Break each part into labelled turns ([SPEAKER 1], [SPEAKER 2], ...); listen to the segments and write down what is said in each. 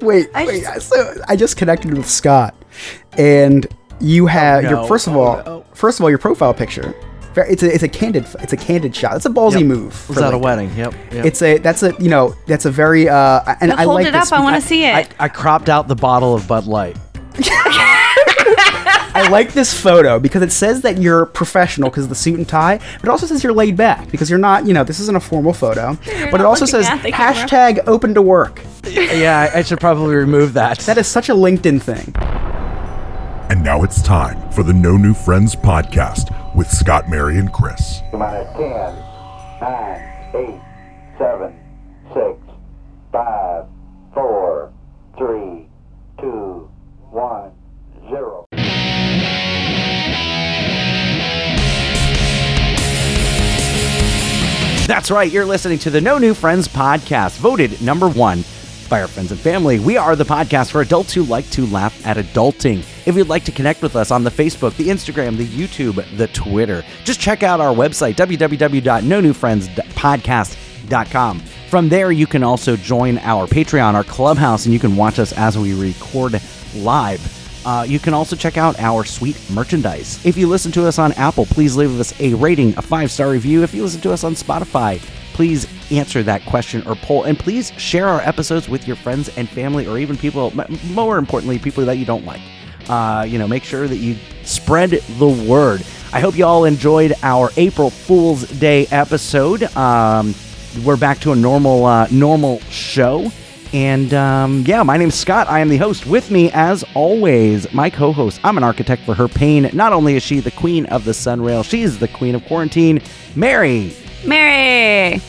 [SPEAKER 1] wait,
[SPEAKER 2] I
[SPEAKER 1] wait. So I just connected with Scott, and you have
[SPEAKER 3] no.
[SPEAKER 1] your first of
[SPEAKER 3] Oh,
[SPEAKER 1] all,
[SPEAKER 3] no.
[SPEAKER 1] first of all, your profile picture. Ver- It's a it's a candid it's a candid shot. It's a ballsy
[SPEAKER 3] Yep.
[SPEAKER 1] move. for
[SPEAKER 3] was at a
[SPEAKER 1] Lincoln.
[SPEAKER 3] wedding. Yep. yep.
[SPEAKER 1] It's a that's a you know that's a very uh I- and
[SPEAKER 2] Now
[SPEAKER 1] I
[SPEAKER 2] hold
[SPEAKER 1] like
[SPEAKER 2] it up,
[SPEAKER 1] this
[SPEAKER 2] I
[SPEAKER 1] be-
[SPEAKER 2] wanna see it.
[SPEAKER 3] I, I cropped out the bottle of Bud Light.
[SPEAKER 1] I like this photo because it says that you're professional because of the suit and tie, but it also says you're laid back because you're not, you know, this isn't a formal photo. but it
[SPEAKER 2] not
[SPEAKER 1] also
[SPEAKER 2] looking
[SPEAKER 1] says
[SPEAKER 2] at the camera.
[SPEAKER 1] hashtag open to work.
[SPEAKER 3] yeah, I, I should probably remove that.
[SPEAKER 1] That is such a LinkedIn thing.
[SPEAKER 4] And now it's time for the No New Friends podcast with Scott, Mary, and Chris.
[SPEAKER 5] Minus 10, 9, 8, 7, 6, 5, 4, 3, 2, 1, 0.
[SPEAKER 3] That's right. You're listening to the No New Friends podcast, voted number one by our friends and family. We are the podcast for adults who like to laugh at adulting. If you'd like to connect with us on the Facebook, the Instagram, the YouTube, the Twitter, just check out our website, www.nonewfriendspodcast.com. From there, you can also join our Patreon, our clubhouse, and you can watch us as we record live. Uh, you can also check out our sweet merchandise. If you listen to us on Apple, please leave us a rating, a five star review. If you listen to us on Spotify, please answer that question or poll. And please share our episodes with your friends and family, or even people, m- more importantly, people that you don't like. Uh, you know, make sure that you spread the word. I hope you all enjoyed our April Fool's Day episode. Um, we're back to a normal, uh, normal show. And um, yeah, my name's Scott. I am the host. With me, as always, my co host. I'm an architect for her pain. Not only is she the queen of the sun rail, she's the queen of quarantine, Mary,
[SPEAKER 2] Mary.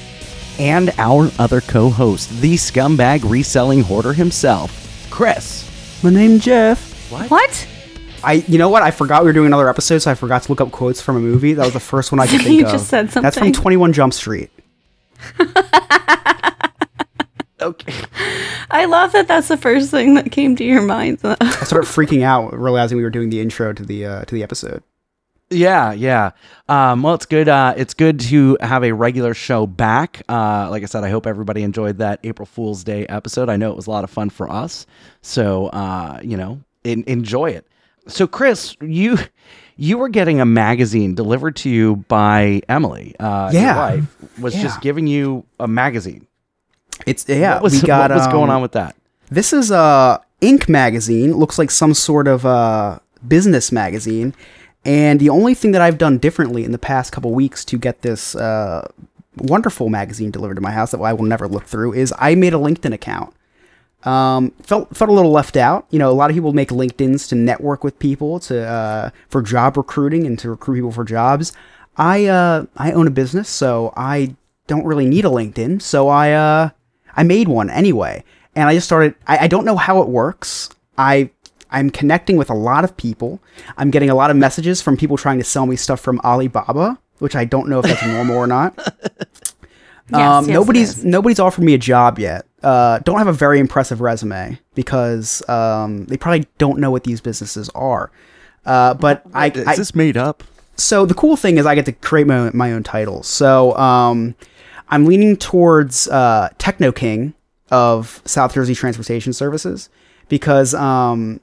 [SPEAKER 3] and our other co host, the scumbag reselling hoarder himself, Chris.
[SPEAKER 1] My name Jeff.
[SPEAKER 2] What?
[SPEAKER 1] I you know what? I forgot we were doing another episode, so I forgot to look up quotes from a movie. That was the first one I could
[SPEAKER 2] You
[SPEAKER 1] think of.
[SPEAKER 2] just said
[SPEAKER 1] That's from
[SPEAKER 2] something.
[SPEAKER 1] 21 Jump Street.
[SPEAKER 3] Okay.
[SPEAKER 2] I love that that's the first thing that came to your mind. though.
[SPEAKER 1] I started freaking out realizing we were doing the intro to the uh, to the episode.
[SPEAKER 3] Yeah, yeah. Um, well, it's good. Uh, it's good to have a regular show back. Uh, like I said, I hope everybody enjoyed that April Fool's Day episode. I know it was a lot of fun for us. So, uh, you know, en- enjoy it. So, Chris, you you were getting a magazine delivered to you by Emily. Uh, your
[SPEAKER 1] Yeah.
[SPEAKER 3] wife was just
[SPEAKER 1] Yeah.
[SPEAKER 3] giving you a magazine.
[SPEAKER 1] It's yeah,
[SPEAKER 3] what was,
[SPEAKER 1] we got
[SPEAKER 3] what was going
[SPEAKER 1] um,
[SPEAKER 3] on with that?
[SPEAKER 1] This is a Inc. magazine. Looks like some sort of uh, business magazine. And the only thing that I've done differently in the past couple weeks to get this uh, wonderful magazine delivered to my house that I will never look through is I made a LinkedIn account. Um, felt felt a little left out. You know, a lot of people make LinkedIn's to network with people, to uh, for job recruiting and to recruit people for jobs. I uh, I own a business, so I don't really need a LinkedIn. So I uh, I made one anyway, and I just started. I, I don't know how it works. I I'm connecting with a lot of people. I'm getting a lot of messages from people trying to sell me stuff from Alibaba, which I don't know if that's normal or not um,
[SPEAKER 2] yes, it
[SPEAKER 1] nobody's
[SPEAKER 2] is.
[SPEAKER 1] nobody's offered me a job yet. Uh, don't have a very impressive resume because um, they probably don't know what these businesses are. Uh, but I, I
[SPEAKER 3] made up?
[SPEAKER 1] so the cool thing is I get to create my own, my own titles. So um, I'm leaning towards uh, Techno King of South Jersey Transportation Services because um,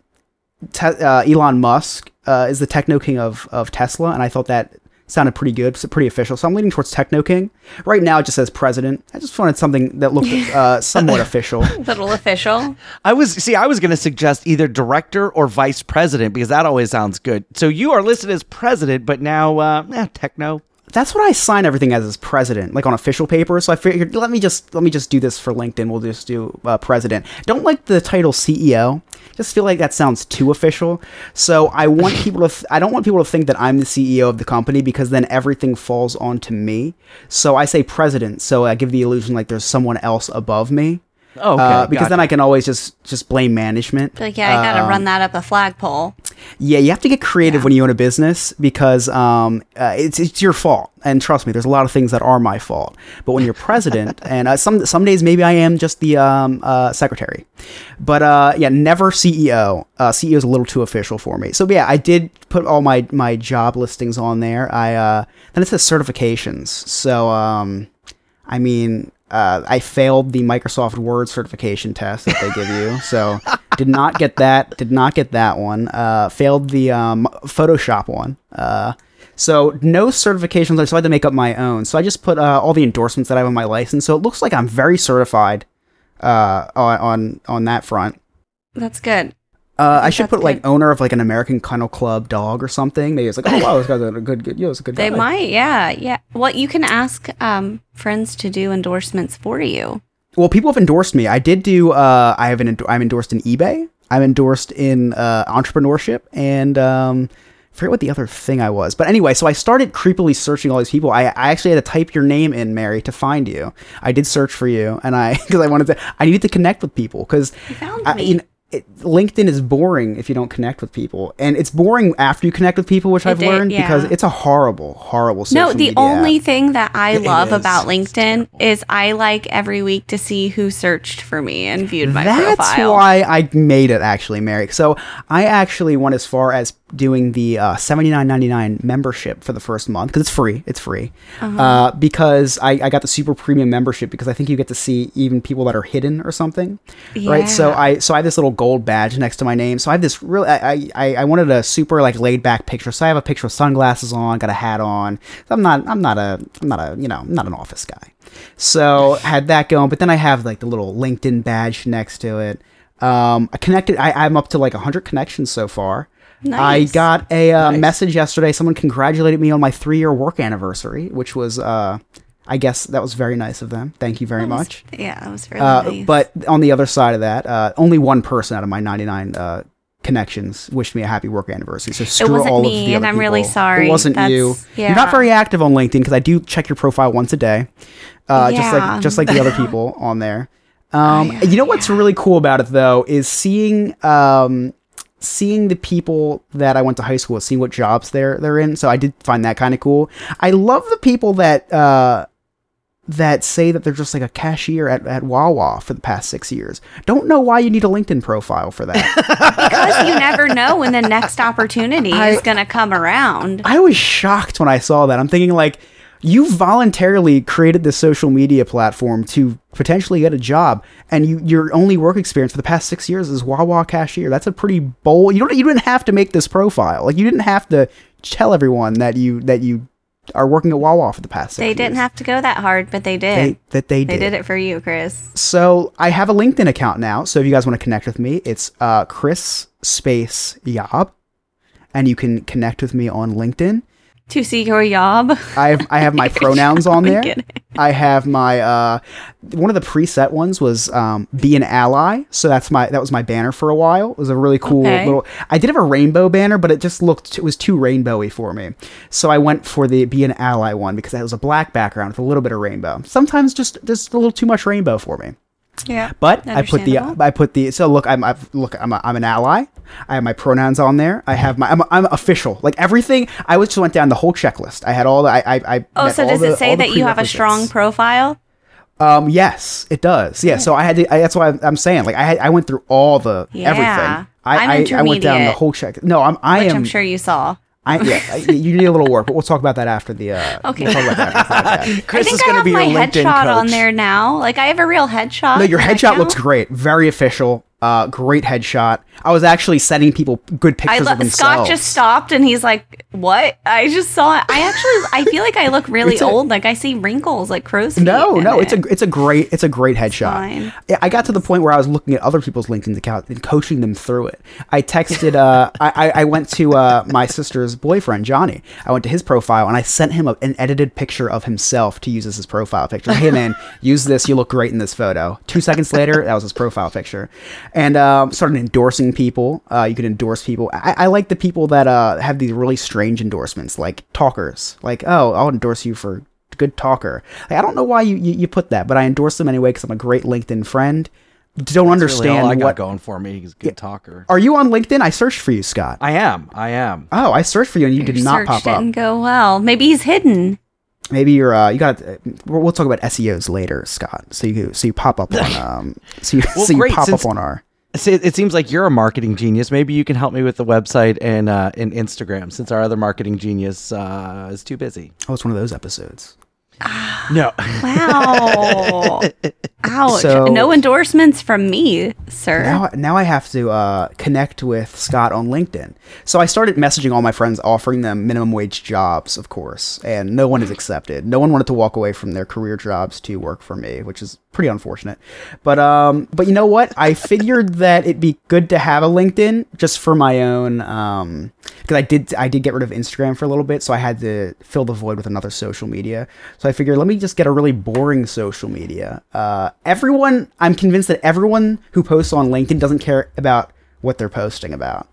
[SPEAKER 1] te- uh, Elon Musk uh, is the Techno King of of Tesla, and I thought that sounded pretty good, so pretty official. So I'm leaning towards Techno King. Right now, it just says President. I just wanted something that looked uh, somewhat official.
[SPEAKER 2] Little official.
[SPEAKER 3] I was see, I was going to suggest either director or vice president because that always sounds good. So you are listed as president, but now uh, eh, techno.
[SPEAKER 1] That's what I sign everything as as president, like on official paper. So I figured let me just let me just do this for LinkedIn. We'll just do uh, president. Don't like the title CEO. Just feel like that sounds too official. So I want people to. Th- I don't want people to think that I'm the CEO of the company because then everything falls onto me. So I say president. So I give the illusion like there's someone else above me.
[SPEAKER 3] Oh, okay,
[SPEAKER 1] Uh, because
[SPEAKER 3] gotcha.
[SPEAKER 1] then I can always just just blame management.
[SPEAKER 2] Be Like, yeah, I gotta run that up a flagpole.
[SPEAKER 1] Yeah, you have to get creative when you own a business because um, uh, it's it's your fault. And trust me, there's a lot of things that are my fault. But when you're president, and uh, some some days maybe I am just the um, uh, secretary, but uh, yeah, never CEO. Uh, CEO is a little too official for me. So yeah, I did put all my my job listings on there. I uh, then it says certifications. So um, I mean, uh, I failed the Microsoft Word certification test that they give you, so did not get that. Did not get that one. Uh, failed the um, Photoshop one. Uh, so no certifications. I decided to make up my own. So I just put uh, all the endorsements that I have on my license. So it looks like I'm very certified uh, on on on that front.
[SPEAKER 2] That's good.
[SPEAKER 1] Uh, I
[SPEAKER 2] think
[SPEAKER 1] should
[SPEAKER 2] that's
[SPEAKER 1] put like
[SPEAKER 2] good.
[SPEAKER 1] owner of like an American Kennel Club dog or something. Maybe it's like, oh wow, this guy's a good, good, yeah, it's a good
[SPEAKER 2] They
[SPEAKER 1] guy.
[SPEAKER 2] might, yeah, yeah. Well, you can ask um, friends to do endorsements for you.
[SPEAKER 1] Well, people have endorsed me. I did do. Uh, I have an. Endo- I'm endorsed in eBay. I'm endorsed in uh, entrepreneurship and um, I forget what the other thing I was. But anyway, so I started creepily searching all these people. I, I actually had to type your name in, Mary, to find you. I did search for you, and I because I wanted to. I needed to connect with people because
[SPEAKER 2] found
[SPEAKER 1] I,
[SPEAKER 2] me.
[SPEAKER 1] you know, it, LinkedIn is boring if you don't connect with people, and it's boring after you connect with people, which
[SPEAKER 2] It
[SPEAKER 1] I've
[SPEAKER 2] did,
[SPEAKER 1] learned because
[SPEAKER 2] yeah.
[SPEAKER 1] it's a horrible, horrible.
[SPEAKER 2] no,
[SPEAKER 1] social
[SPEAKER 2] the
[SPEAKER 1] media
[SPEAKER 2] only
[SPEAKER 1] app.
[SPEAKER 2] thing that I
[SPEAKER 1] It
[SPEAKER 2] love
[SPEAKER 1] is.
[SPEAKER 2] about
[SPEAKER 1] It's
[SPEAKER 2] LinkedIn is I like every week to see who searched for me and viewed my
[SPEAKER 1] That's
[SPEAKER 2] profile.
[SPEAKER 1] why I made it actually, Mary. So I actually went as far as doing the uh, seventy nine ninety nine membership for the first month because it's free. It's free
[SPEAKER 2] Uh-huh.
[SPEAKER 1] uh because I, I got the super premium membership because I think you get to see even people that are hidden or something, right? So
[SPEAKER 2] Yeah.
[SPEAKER 1] I so I have this little gold badge next to my name. So I have this real. I, I- I I wanted a super like laid back picture. So I have a picture with sunglasses on, got a hat on. I'm not I'm not a I'm not a you know I'm not an office guy. So had that going, but then I have like the little LinkedIn badge next to it. Um, I connected. I, I'm up to like 100 connections so far.
[SPEAKER 2] Nice.
[SPEAKER 1] I got a uh, message yesterday. Someone congratulated me on my three year work anniversary, which was, uh, I guess, that was very nice of them. Thank you very much.
[SPEAKER 2] Yeah, that was really
[SPEAKER 1] Uh,
[SPEAKER 2] nice.
[SPEAKER 1] But on the other side of that, uh, only one person out of my 99 uh, connections wished me a happy work anniversary. So screw
[SPEAKER 2] wasn't
[SPEAKER 1] all of
[SPEAKER 2] me,
[SPEAKER 1] the
[SPEAKER 2] and
[SPEAKER 1] other
[SPEAKER 2] I'm really
[SPEAKER 1] people.
[SPEAKER 2] sorry.
[SPEAKER 1] It wasn't
[SPEAKER 2] That's-
[SPEAKER 1] you. You're
[SPEAKER 2] yeah.
[SPEAKER 1] not very active on LinkedIn because I do check your profile once a day, uh, just
[SPEAKER 2] Yeah.
[SPEAKER 1] like just like the other people on there. Um, you know what's really cool about it though is seeing um, seeing the people that I went to high school with, seeing what jobs they're they're in. So I did find that kind of cool. I love the people that uh, that say that they're just like a cashier at, at Wawa for the past six years. Don't know why you need a LinkedIn profile for that.
[SPEAKER 2] because you never know when the next opportunity is going to come around.
[SPEAKER 1] I was shocked when I saw that. I'm thinking like you voluntarily created this social media platform to potentially get a job and you, your only work experience for the past six years is Wawa cashier. That's a pretty bold you don't you didn't have to make this profile. Like you didn't have to tell everyone that you that you are working at Wawa for the past six
[SPEAKER 2] they
[SPEAKER 1] years.
[SPEAKER 2] didn't have to go that hard, but they did.
[SPEAKER 1] they, that they did.
[SPEAKER 2] they did it for you, Chris.
[SPEAKER 1] So I have a LinkedIn account now. So if you guys want to connect with me, it's uh, Chris Space Yob, and you can connect with me on LinkedIn.
[SPEAKER 2] To see your job.
[SPEAKER 1] I have I have my pronouns on there.
[SPEAKER 2] kidding.
[SPEAKER 1] I have my uh, one of the preset ones was um, be an ally. So that's my that was my banner for a while. It was a really cool
[SPEAKER 2] Okay.
[SPEAKER 1] little. I did have a rainbow banner, but it just looked it was too rainbowy for me. So I went for the be an ally one because that was a black background with a little bit of rainbow. Sometimes just just a little too much rainbow for me.
[SPEAKER 2] Yeah.
[SPEAKER 1] But I put the
[SPEAKER 2] Understandable.
[SPEAKER 1] I put the so look I'm I've, look I'm a, I'm an ally. I have my pronouns on there. I have my I'm, I'm official. Like everything. I was just went down the whole checklist. I had all the I I. I
[SPEAKER 2] Oh,
[SPEAKER 1] met
[SPEAKER 2] so
[SPEAKER 1] all
[SPEAKER 2] does
[SPEAKER 1] the-
[SPEAKER 2] it say
[SPEAKER 1] all the
[SPEAKER 2] that you have a strong
[SPEAKER 1] prerequisites.
[SPEAKER 2] profile?
[SPEAKER 1] um. Yes, it does. Yeah. So I had to. I, that's why I'm, I'm saying like I had, I went through all the
[SPEAKER 2] Yeah.
[SPEAKER 1] everything.
[SPEAKER 2] I'm
[SPEAKER 1] I, I, I went down the
[SPEAKER 2] intermediate.
[SPEAKER 1] whole check. No, I'm I
[SPEAKER 2] Which
[SPEAKER 1] am.
[SPEAKER 2] I'm sure you saw.
[SPEAKER 1] I, yeah, I- you need a little work, but we'll talk about that after the. Uh,
[SPEAKER 2] Okay.
[SPEAKER 1] We'll talk about that after the podcast.
[SPEAKER 3] Chris
[SPEAKER 2] I
[SPEAKER 3] is
[SPEAKER 2] think I
[SPEAKER 3] going to
[SPEAKER 2] have
[SPEAKER 3] be your
[SPEAKER 2] my
[SPEAKER 3] LinkedIn
[SPEAKER 2] headshot
[SPEAKER 3] coach.
[SPEAKER 2] on there now. Like I have a real headshot.
[SPEAKER 1] No, your
[SPEAKER 2] Does that
[SPEAKER 1] headshot looks
[SPEAKER 2] count?
[SPEAKER 1] great. Very official. Uh, great headshot. I was actually sending people good
[SPEAKER 2] I
[SPEAKER 1] pictures
[SPEAKER 2] lo-
[SPEAKER 1] of themselves.
[SPEAKER 2] Scott just stopped and he's like, "What?" I just saw it. I actually, I feel like I look really
[SPEAKER 1] It's a-
[SPEAKER 2] old. Like I see wrinkles, like crow's feet.
[SPEAKER 1] No,
[SPEAKER 2] in
[SPEAKER 1] no, it's
[SPEAKER 2] it.
[SPEAKER 1] a it's a great it's a great headshot.
[SPEAKER 2] fine.
[SPEAKER 1] Yeah, I got to the point where I was looking at other people's LinkedIn account and coaching them through it. I texted uh I, I- I went to uh my sister's boyfriend Johnny. I went to his profile and I sent him a, an edited picture of himself to use as his profile picture. Hey man, use this. You look great in this photo. Two seconds later, that was his profile picture, and um, started endorsing people. Uh, you can endorse people. I, I like the people that uh have these really strange endorsements, like talkers. Like oh, I'll endorse you for good talker. Like, I don't know why you, you, you put that, but I endorse them anyway because I'm a great LinkedIn friend. Don't
[SPEAKER 3] That's really all
[SPEAKER 1] understand
[SPEAKER 3] I got
[SPEAKER 1] what.
[SPEAKER 3] going for me. He's a good talker.
[SPEAKER 1] Are you on LinkedIn? I searched for you, Scott.
[SPEAKER 3] I am. I am.
[SPEAKER 1] Oh, I searched for you and you did
[SPEAKER 2] Your
[SPEAKER 1] not
[SPEAKER 2] search
[SPEAKER 1] pop up.
[SPEAKER 2] didn't go well. Maybe he's hidden.
[SPEAKER 1] Maybe you're uh, you got. Uh, we'll we'll talk about SEOs later, Scott. So you so you pop up on um so you,
[SPEAKER 3] Well,
[SPEAKER 1] so you
[SPEAKER 3] great,
[SPEAKER 1] pop
[SPEAKER 3] since-
[SPEAKER 1] up on our.
[SPEAKER 3] See, it seems like you're a marketing genius. Maybe you can help me with the website and uh, and Instagram since our other marketing genius uh, is too busy.
[SPEAKER 1] Oh, it's one of those episodes.
[SPEAKER 3] No.
[SPEAKER 2] Wow. Ouch.
[SPEAKER 1] So-
[SPEAKER 2] no endorsements from me, sir.
[SPEAKER 1] Now, now I have to uh, connect with Scott on LinkedIn. So I started messaging all my friends, offering them minimum wage jobs, of course, and no one is accepted. No one wanted to walk away from their career jobs to work for me, which is pretty unfortunate. But um, but you know what? I figured that it'd be good to have a LinkedIn just for my own um, because I did I did get rid of Instagram for a little bit, so I had to fill the void with another social media. So I figured let me just get a really boring social media. Uh, everyone, I'm convinced that everyone who posts on LinkedIn doesn't care about what they're posting about.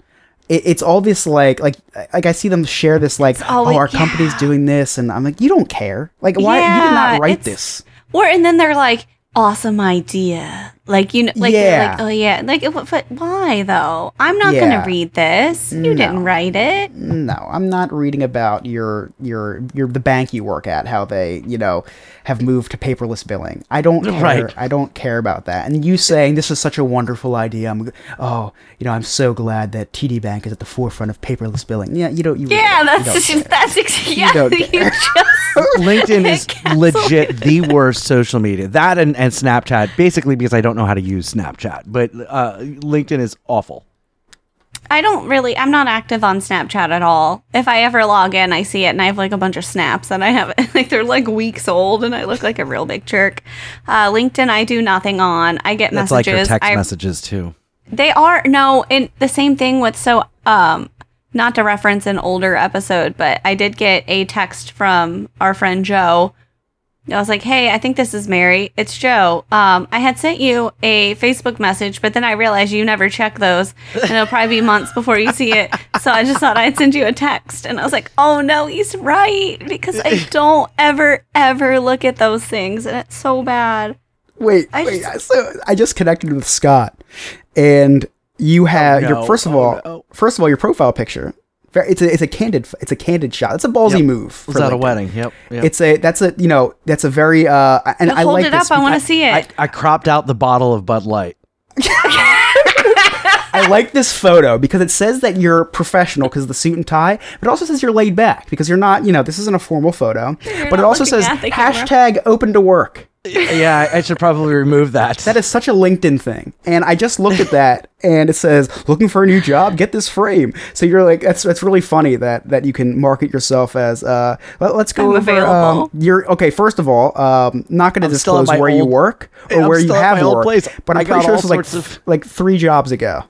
[SPEAKER 1] It, it's all this like like like I see them share this like
[SPEAKER 2] all
[SPEAKER 1] oh
[SPEAKER 2] like-
[SPEAKER 1] our company's
[SPEAKER 2] yeah.
[SPEAKER 1] doing this, and I'm like you don't care like why you did
[SPEAKER 2] Yeah,
[SPEAKER 1] not write
[SPEAKER 2] it's-
[SPEAKER 1] this.
[SPEAKER 2] Or and then they're like, awesome idea. Like you know, like they're
[SPEAKER 1] Yeah.
[SPEAKER 2] like oh yeah, like but, but why though? I'm not
[SPEAKER 1] Yeah. Mm.
[SPEAKER 2] gonna read this. You didn't write it.
[SPEAKER 1] no, I'm not reading about your your your the bank you work at, how they you know have moved to paperless billing. I don't care.
[SPEAKER 3] Right.
[SPEAKER 1] I don't care about that. And you saying this is such a wonderful idea. I'm oh, you know, I'm so glad that TD Bank is at the forefront of paperless billing. Yeah, you don't. You
[SPEAKER 2] Yeah,
[SPEAKER 1] you
[SPEAKER 2] that's
[SPEAKER 1] don't care.
[SPEAKER 2] that's ex- yeah.
[SPEAKER 1] don't
[SPEAKER 2] You,
[SPEAKER 1] care.
[SPEAKER 2] just
[SPEAKER 3] LinkedIn is
[SPEAKER 2] Cancel.
[SPEAKER 3] legit the worst social media. That and, and Snapchat, basically because I don't know how to use Snapchat. But uh, LinkedIn is awful.
[SPEAKER 2] I don't really. I'm not active on Snapchat at all. If I ever log in, I see it, and I have like a bunch of snaps, and I have like they're like weeks old, and I look like a real big jerk. Uh, LinkedIn, I do nothing on. I get
[SPEAKER 3] That's like
[SPEAKER 2] messages.
[SPEAKER 3] your text
[SPEAKER 2] I-
[SPEAKER 3] messages too.
[SPEAKER 2] They are no, and the same thing with so um not to reference an older episode, but I did get a text from our friend Joe. I was like, "Hey, I think this is Mary. It's Joe. Um, I had sent you a Facebook message, but then I realized you never check those, and it'll probably be months before you see it. So I just thought I'd send you a text." And I was like, "Oh no, he's right because I don't ever, ever look at those things, and it's so bad."
[SPEAKER 1] Wait,
[SPEAKER 2] I
[SPEAKER 1] wait.
[SPEAKER 2] just-
[SPEAKER 1] so I just connected with Scott, and you have
[SPEAKER 3] no.
[SPEAKER 1] your first of
[SPEAKER 3] Oh,
[SPEAKER 1] all,
[SPEAKER 3] no.
[SPEAKER 1] first of all, your profile picture. Ver- It's a it's a candid it's a candid shot. It's a ballsy
[SPEAKER 3] Yep.
[SPEAKER 1] move.
[SPEAKER 3] Was
[SPEAKER 1] for
[SPEAKER 3] that a
[SPEAKER 1] LinkedIn.
[SPEAKER 3] wedding? Yep. yep.
[SPEAKER 1] It's a that's a you know that's a very uh and
[SPEAKER 2] Now
[SPEAKER 1] I
[SPEAKER 2] hold
[SPEAKER 1] like
[SPEAKER 2] it up.
[SPEAKER 1] this
[SPEAKER 2] I
[SPEAKER 1] be-
[SPEAKER 2] want to see it.
[SPEAKER 3] I, I cropped out the bottle of Bud Light.
[SPEAKER 1] I like this photo because it says that you're professional because of the suit and tie, but it also says you're laid back because you're not you know this isn't a formal photo, but it
[SPEAKER 2] not
[SPEAKER 1] also
[SPEAKER 2] looking
[SPEAKER 1] says
[SPEAKER 2] at the camera.
[SPEAKER 1] hashtag open to work.
[SPEAKER 3] yeah, I, I should probably remove that.
[SPEAKER 1] That is such a LinkedIn thing, and I just looked at that and it says looking for a new job, get this frame. So you're like that's that's really funny that that you can market yourself as uh let, us go
[SPEAKER 2] I'm
[SPEAKER 1] over um,
[SPEAKER 2] available.
[SPEAKER 1] your okay first of all um not going to
[SPEAKER 3] I'm still at
[SPEAKER 1] disclose
[SPEAKER 3] my
[SPEAKER 1] where you
[SPEAKER 3] old-
[SPEAKER 1] work or
[SPEAKER 3] I'm
[SPEAKER 1] where you
[SPEAKER 3] still at
[SPEAKER 1] have
[SPEAKER 3] my old
[SPEAKER 1] worked,
[SPEAKER 3] place.
[SPEAKER 1] but
[SPEAKER 3] I
[SPEAKER 1] I'm pretty
[SPEAKER 3] got
[SPEAKER 1] sure
[SPEAKER 3] all
[SPEAKER 1] this was like
[SPEAKER 3] sorts of-
[SPEAKER 1] th- like three jobs ago.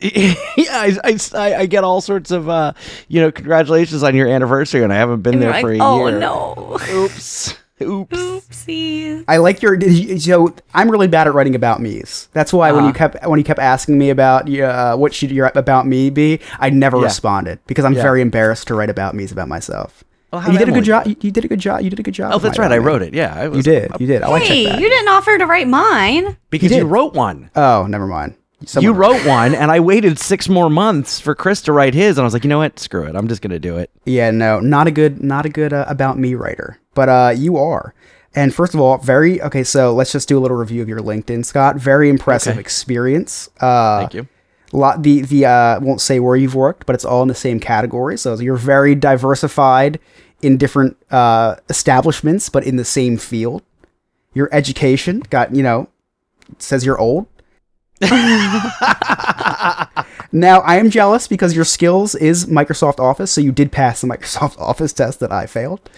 [SPEAKER 3] yeah, I, I, I- I get all sorts of uh, you know congratulations on your anniversary, and I haven't been
[SPEAKER 2] And
[SPEAKER 3] there
[SPEAKER 2] you're like,
[SPEAKER 3] for a
[SPEAKER 2] "Oh
[SPEAKER 3] year.
[SPEAKER 2] no."
[SPEAKER 3] Oops. Oops.
[SPEAKER 2] Oopsie.
[SPEAKER 1] I like your did you- so I'm really bad at writing about me's. That's why
[SPEAKER 3] Uh-huh.
[SPEAKER 1] when you kept when you kept asking me about uh, what should your about me be, I never
[SPEAKER 3] Yeah.
[SPEAKER 1] responded because I'm
[SPEAKER 3] Yeah.
[SPEAKER 1] very embarrassed to write about me's about myself.
[SPEAKER 3] Well,
[SPEAKER 1] And you
[SPEAKER 3] how'd
[SPEAKER 1] did a
[SPEAKER 3] Emily
[SPEAKER 1] good job. You, you did a good job. You did a good job.
[SPEAKER 3] Oh,
[SPEAKER 1] with
[SPEAKER 3] that's
[SPEAKER 1] my
[SPEAKER 3] right. I
[SPEAKER 1] about me.
[SPEAKER 3] wrote it. Yeah, I was,
[SPEAKER 1] You did. You did. I like
[SPEAKER 2] Hey,
[SPEAKER 1] that.
[SPEAKER 2] you didn't offer to write mine.
[SPEAKER 3] because
[SPEAKER 1] You
[SPEAKER 3] you,
[SPEAKER 1] did.
[SPEAKER 3] wrote one.
[SPEAKER 1] oh, never mind.
[SPEAKER 3] you
[SPEAKER 1] Someone-
[SPEAKER 3] wrote one, and I waited six more months for Chris to write his, and I was like, you know what? Screw it. I'm just gonna do it.
[SPEAKER 1] Yeah, no, not a good, not a good uh, about me writer, but uh, you are. And first of all, very okay. So let's just do a little review of your LinkedIn, Scott. Very impressive
[SPEAKER 3] Okay.
[SPEAKER 1] experience. Uh,
[SPEAKER 3] Thank you.
[SPEAKER 1] Lot the the uh, won't say where you've worked, but it's all in the same category. So you're very diversified in different uh, establishments, but in the same field. Your education got you know it says you're old. now I am jealous because your skills is Microsoft Office, so you did pass the Microsoft Office test that I failed,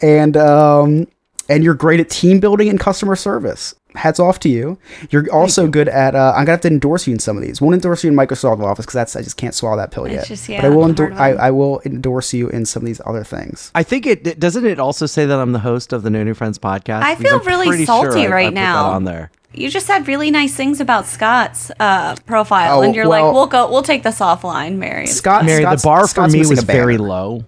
[SPEAKER 1] and um, and you're great at team building and customer service. Hats off to you. You're also good at. Uh, I'm gonna have to endorse you in some of these. Won't endorse you in Microsoft Office because that's I just can't swallow that pill
[SPEAKER 2] It's
[SPEAKER 1] yet.
[SPEAKER 2] just-
[SPEAKER 1] but I
[SPEAKER 2] yeah,
[SPEAKER 1] will.
[SPEAKER 2] hard
[SPEAKER 1] Endor-
[SPEAKER 2] one.
[SPEAKER 1] I, I will endorse you in some of these other things.
[SPEAKER 3] I think it, it- doesn't. It also say that I'm the host of the No New Friends podcast.
[SPEAKER 2] I
[SPEAKER 3] Because
[SPEAKER 2] feel
[SPEAKER 3] I'm
[SPEAKER 2] really
[SPEAKER 3] pretty
[SPEAKER 2] salty
[SPEAKER 3] sure I- I
[SPEAKER 2] right
[SPEAKER 3] put that
[SPEAKER 2] now.
[SPEAKER 3] on there.
[SPEAKER 2] You just said really nice things about Scott's uh, profile,
[SPEAKER 1] Oh,
[SPEAKER 2] and you're
[SPEAKER 1] well-
[SPEAKER 2] like, "We'll go. We'll take this offline, Mary."
[SPEAKER 1] Scott,
[SPEAKER 3] Mary,
[SPEAKER 1] Scott's-
[SPEAKER 3] the bar for
[SPEAKER 1] Scott's
[SPEAKER 3] me
[SPEAKER 1] missing
[SPEAKER 3] was
[SPEAKER 1] a banner.
[SPEAKER 3] very low.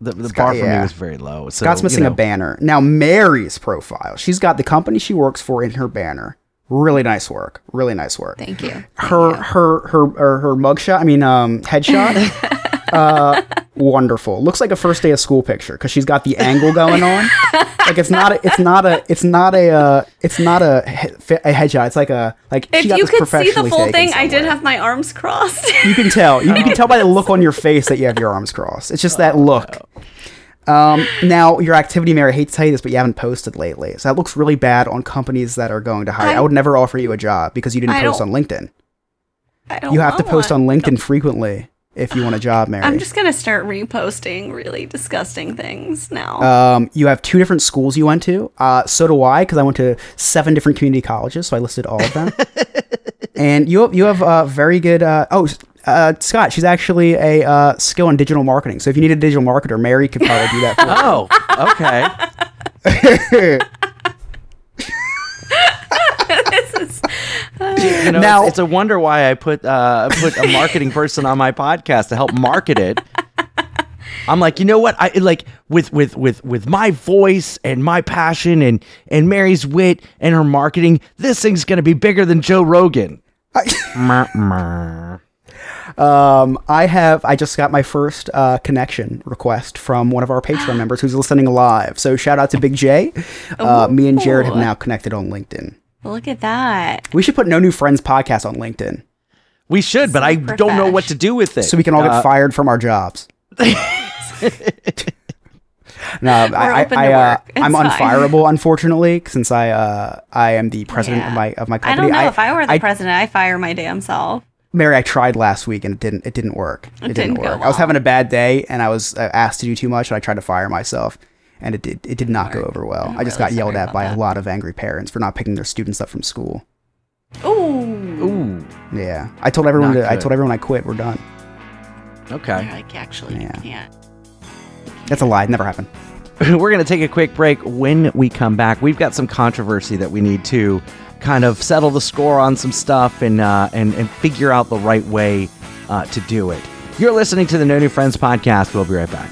[SPEAKER 3] The, the bar for
[SPEAKER 1] yeah.
[SPEAKER 3] me was very low. So,
[SPEAKER 1] Scott's
[SPEAKER 3] you
[SPEAKER 1] missing
[SPEAKER 3] know.
[SPEAKER 1] a banner. Now Mary's profile. She's got the company she works for in her banner. Really nice work. Really nice work.
[SPEAKER 2] Thank you.
[SPEAKER 1] her her her her, her mugshot. I mean, um, headshot. uh, wonderful. Looks like a first day of school picture because she's got the angle going on. like it's not a, it's not a it's not a uh, it's not a, he- a headshot. It's like a like
[SPEAKER 2] If
[SPEAKER 1] she got
[SPEAKER 2] you
[SPEAKER 1] this
[SPEAKER 2] could see the
[SPEAKER 1] professionally
[SPEAKER 2] full
[SPEAKER 1] taken
[SPEAKER 2] thing, I did
[SPEAKER 1] somewhere.
[SPEAKER 2] have my arms crossed. Oh.
[SPEAKER 1] You can tell. You, you can tell by the look on your face that you have your arms crossed. It's just that look. Um, now, your activity mayor, I hate to tell you this, but you haven't posted lately. So that looks really bad on companies that are going to hire. I,
[SPEAKER 2] I-
[SPEAKER 1] would never offer you a job because you didn't
[SPEAKER 2] I
[SPEAKER 1] post on
[SPEAKER 2] don't-
[SPEAKER 1] LinkedIn.
[SPEAKER 2] I don't
[SPEAKER 1] You have to post on
[SPEAKER 2] LinkedIn.
[SPEAKER 1] LinkedIn frequently if you want a job, Mary.
[SPEAKER 2] I'm just gonna start reposting really disgusting things now.
[SPEAKER 1] Um, you have two different schools you went to. Uh, so do I, because I went to seven different community colleges, so I listed all of them. and you have, you have uh, very good. Uh, oh, s- uh, Scott, she's actually a uh, skill in digital marketing. So if you need a digital marketer, Mary could probably do that. For
[SPEAKER 3] Oh, okay.
[SPEAKER 2] this is
[SPEAKER 3] You know,
[SPEAKER 1] Now-
[SPEAKER 3] it's, it's a wonder why I put uh, I put a marketing person on my podcast to help market it. I'm like, you know what? I like with with with with my voice and my passion and and Mary's wit and her marketing. This thing's gonna be bigger than Joe Rogan.
[SPEAKER 1] you. Um, I have. I just got my first uh, connection request from one of our Patreon members who's listening live. So shout out to Big J. Uh, me and Jared have
[SPEAKER 2] Ooh.
[SPEAKER 1] now connected on LinkedIn.
[SPEAKER 2] look at that.
[SPEAKER 1] We should put No New Friends podcast on LinkedIn
[SPEAKER 3] We should, but I don't know what to do with it.
[SPEAKER 1] so we can all
[SPEAKER 3] Uh,
[SPEAKER 1] get fired from our jobs. no, I, I,
[SPEAKER 2] open to
[SPEAKER 1] I uh,
[SPEAKER 2] work. It's
[SPEAKER 1] I'm
[SPEAKER 2] fine.
[SPEAKER 1] unfireable, unfortunately, since I uh, I am the president
[SPEAKER 2] Yeah.
[SPEAKER 1] of my of my
[SPEAKER 2] I
[SPEAKER 1] company.
[SPEAKER 2] don't know if I were the president, I fire my damn self.
[SPEAKER 1] Mary, I tried last week and it didn't it didn't work. It, didn't,
[SPEAKER 2] didn't go
[SPEAKER 1] work. I was
[SPEAKER 2] well.
[SPEAKER 1] having a bad day and I was uh, asked to do too much and I tried to fire myself and it did it did not go over well. I just
[SPEAKER 2] really
[SPEAKER 1] got yelled
[SPEAKER 2] sorry
[SPEAKER 1] at
[SPEAKER 2] about
[SPEAKER 1] by a
[SPEAKER 2] that.
[SPEAKER 1] lot of angry parents for not picking their students up from school.
[SPEAKER 2] Ooh.
[SPEAKER 3] Ooh,
[SPEAKER 1] Yeah, I told everyone
[SPEAKER 3] Not
[SPEAKER 1] to, I
[SPEAKER 3] good.
[SPEAKER 1] told everyone I quit. We're done.
[SPEAKER 3] okay.
[SPEAKER 2] Like actually you
[SPEAKER 1] Yeah.
[SPEAKER 2] can't.
[SPEAKER 1] That's a lie. It never happened.
[SPEAKER 3] We're going to take a quick break. When we come back, we've got some controversy that we need to kind of settle the score on some stuff and uh, and and figure out the right way uh, to do it. You're listening to the No New Friends podcast. We'll be right back.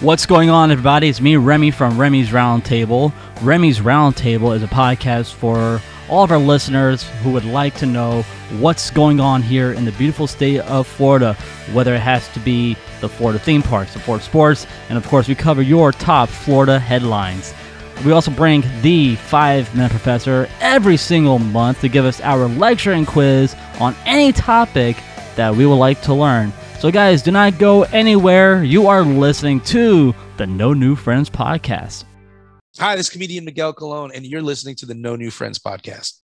[SPEAKER 6] What's going on, everybody? It's me, Remy from Remy's Roundtable. Remy's Roundtable is a podcast for all of our listeners who would like to know what's going on here in the beautiful state of Florida, whether it has to be the Florida theme parks, the Florida sports, and of course, we cover your top Florida headlines. We also bring the five minute professor every single month to give us our lecture and quiz on any topic that we would like to learn. So, guys, do not go anywhere. You are listening to the No New Friends podcast.
[SPEAKER 7] Hi, this is comedian Miguel Colon, and you're listening to the No New Friends podcast.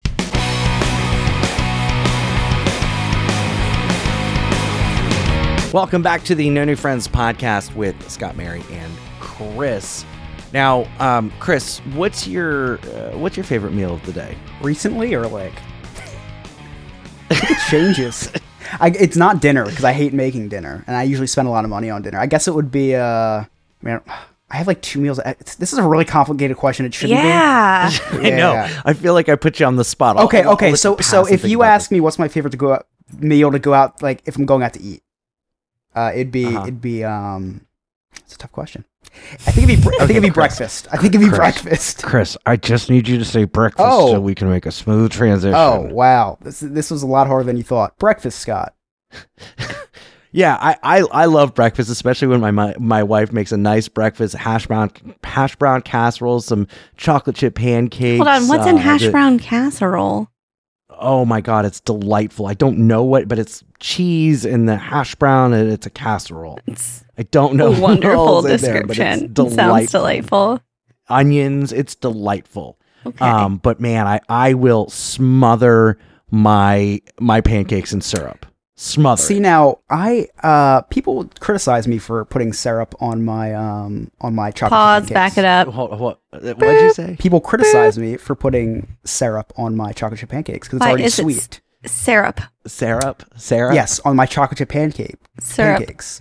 [SPEAKER 3] Welcome back to the No New Friends podcast with Scott, Mary, and Chris. Now, um, Chris, what's your uh, what's your favorite meal of the day?
[SPEAKER 1] recently or like it changes I, it's not dinner because i hate making dinner and i usually spend a lot of money on dinner i guess it would be uh man i have like two meals it's, this is a really complicated question it shouldn't
[SPEAKER 2] Yeah.
[SPEAKER 1] be
[SPEAKER 3] I know. I feel like I put you on the spot. I'll-
[SPEAKER 1] okay
[SPEAKER 3] I'll- I'll
[SPEAKER 1] okay
[SPEAKER 3] let you
[SPEAKER 1] so
[SPEAKER 3] pass
[SPEAKER 1] so
[SPEAKER 3] and
[SPEAKER 1] if
[SPEAKER 3] think
[SPEAKER 1] you
[SPEAKER 3] about
[SPEAKER 1] ask me what's my favorite to go out meal to go out like if i'm going out to eat uh it'd be
[SPEAKER 3] Uh-huh.
[SPEAKER 1] it'd be um it's a tough question i think it'd be br- i think it'd be
[SPEAKER 3] Chris.
[SPEAKER 1] breakfast i think it'd be
[SPEAKER 3] Chris.
[SPEAKER 1] breakfast
[SPEAKER 3] Chris, I just need you to say breakfast
[SPEAKER 1] Oh.
[SPEAKER 3] so we can make a smooth transition.
[SPEAKER 1] oh wow this this was a lot harder than you thought breakfast scott
[SPEAKER 3] yeah, I, I I love breakfast, especially when my, my my wife makes a nice breakfast hash brown hash brown casserole, some chocolate chip pancakes.
[SPEAKER 2] Hold on, what's in
[SPEAKER 3] uh,
[SPEAKER 2] hash
[SPEAKER 3] the-
[SPEAKER 2] brown casserole?
[SPEAKER 3] Oh my god, it's delightful. I don't know what, but it's cheese and the hash brown, and it's a casserole.
[SPEAKER 2] It's
[SPEAKER 3] I don't
[SPEAKER 2] a
[SPEAKER 3] know. what
[SPEAKER 2] wonderful
[SPEAKER 3] all's in there, but it's
[SPEAKER 2] description. Sounds delightful.
[SPEAKER 3] Onions, it's delightful.
[SPEAKER 2] Okay.
[SPEAKER 3] Um, but man, I I will smother my my pancakes in syrup. Smother.
[SPEAKER 1] See
[SPEAKER 3] it.
[SPEAKER 1] now, I uh, people criticize me for putting syrup on my um on my chocolate.
[SPEAKER 2] Pause,
[SPEAKER 1] chip
[SPEAKER 2] back
[SPEAKER 1] pancakes.
[SPEAKER 2] it up.
[SPEAKER 3] Hold- hold- what did you say?
[SPEAKER 1] People criticize me for putting syrup on my chocolate chip pancakes because it's
[SPEAKER 2] Why
[SPEAKER 1] already
[SPEAKER 2] is it
[SPEAKER 1] sweet.
[SPEAKER 2] Syrup.
[SPEAKER 3] Syrup, syrup, Uh,
[SPEAKER 1] yes, on my chocolate chip pancake
[SPEAKER 2] Syrup.
[SPEAKER 1] pancakes.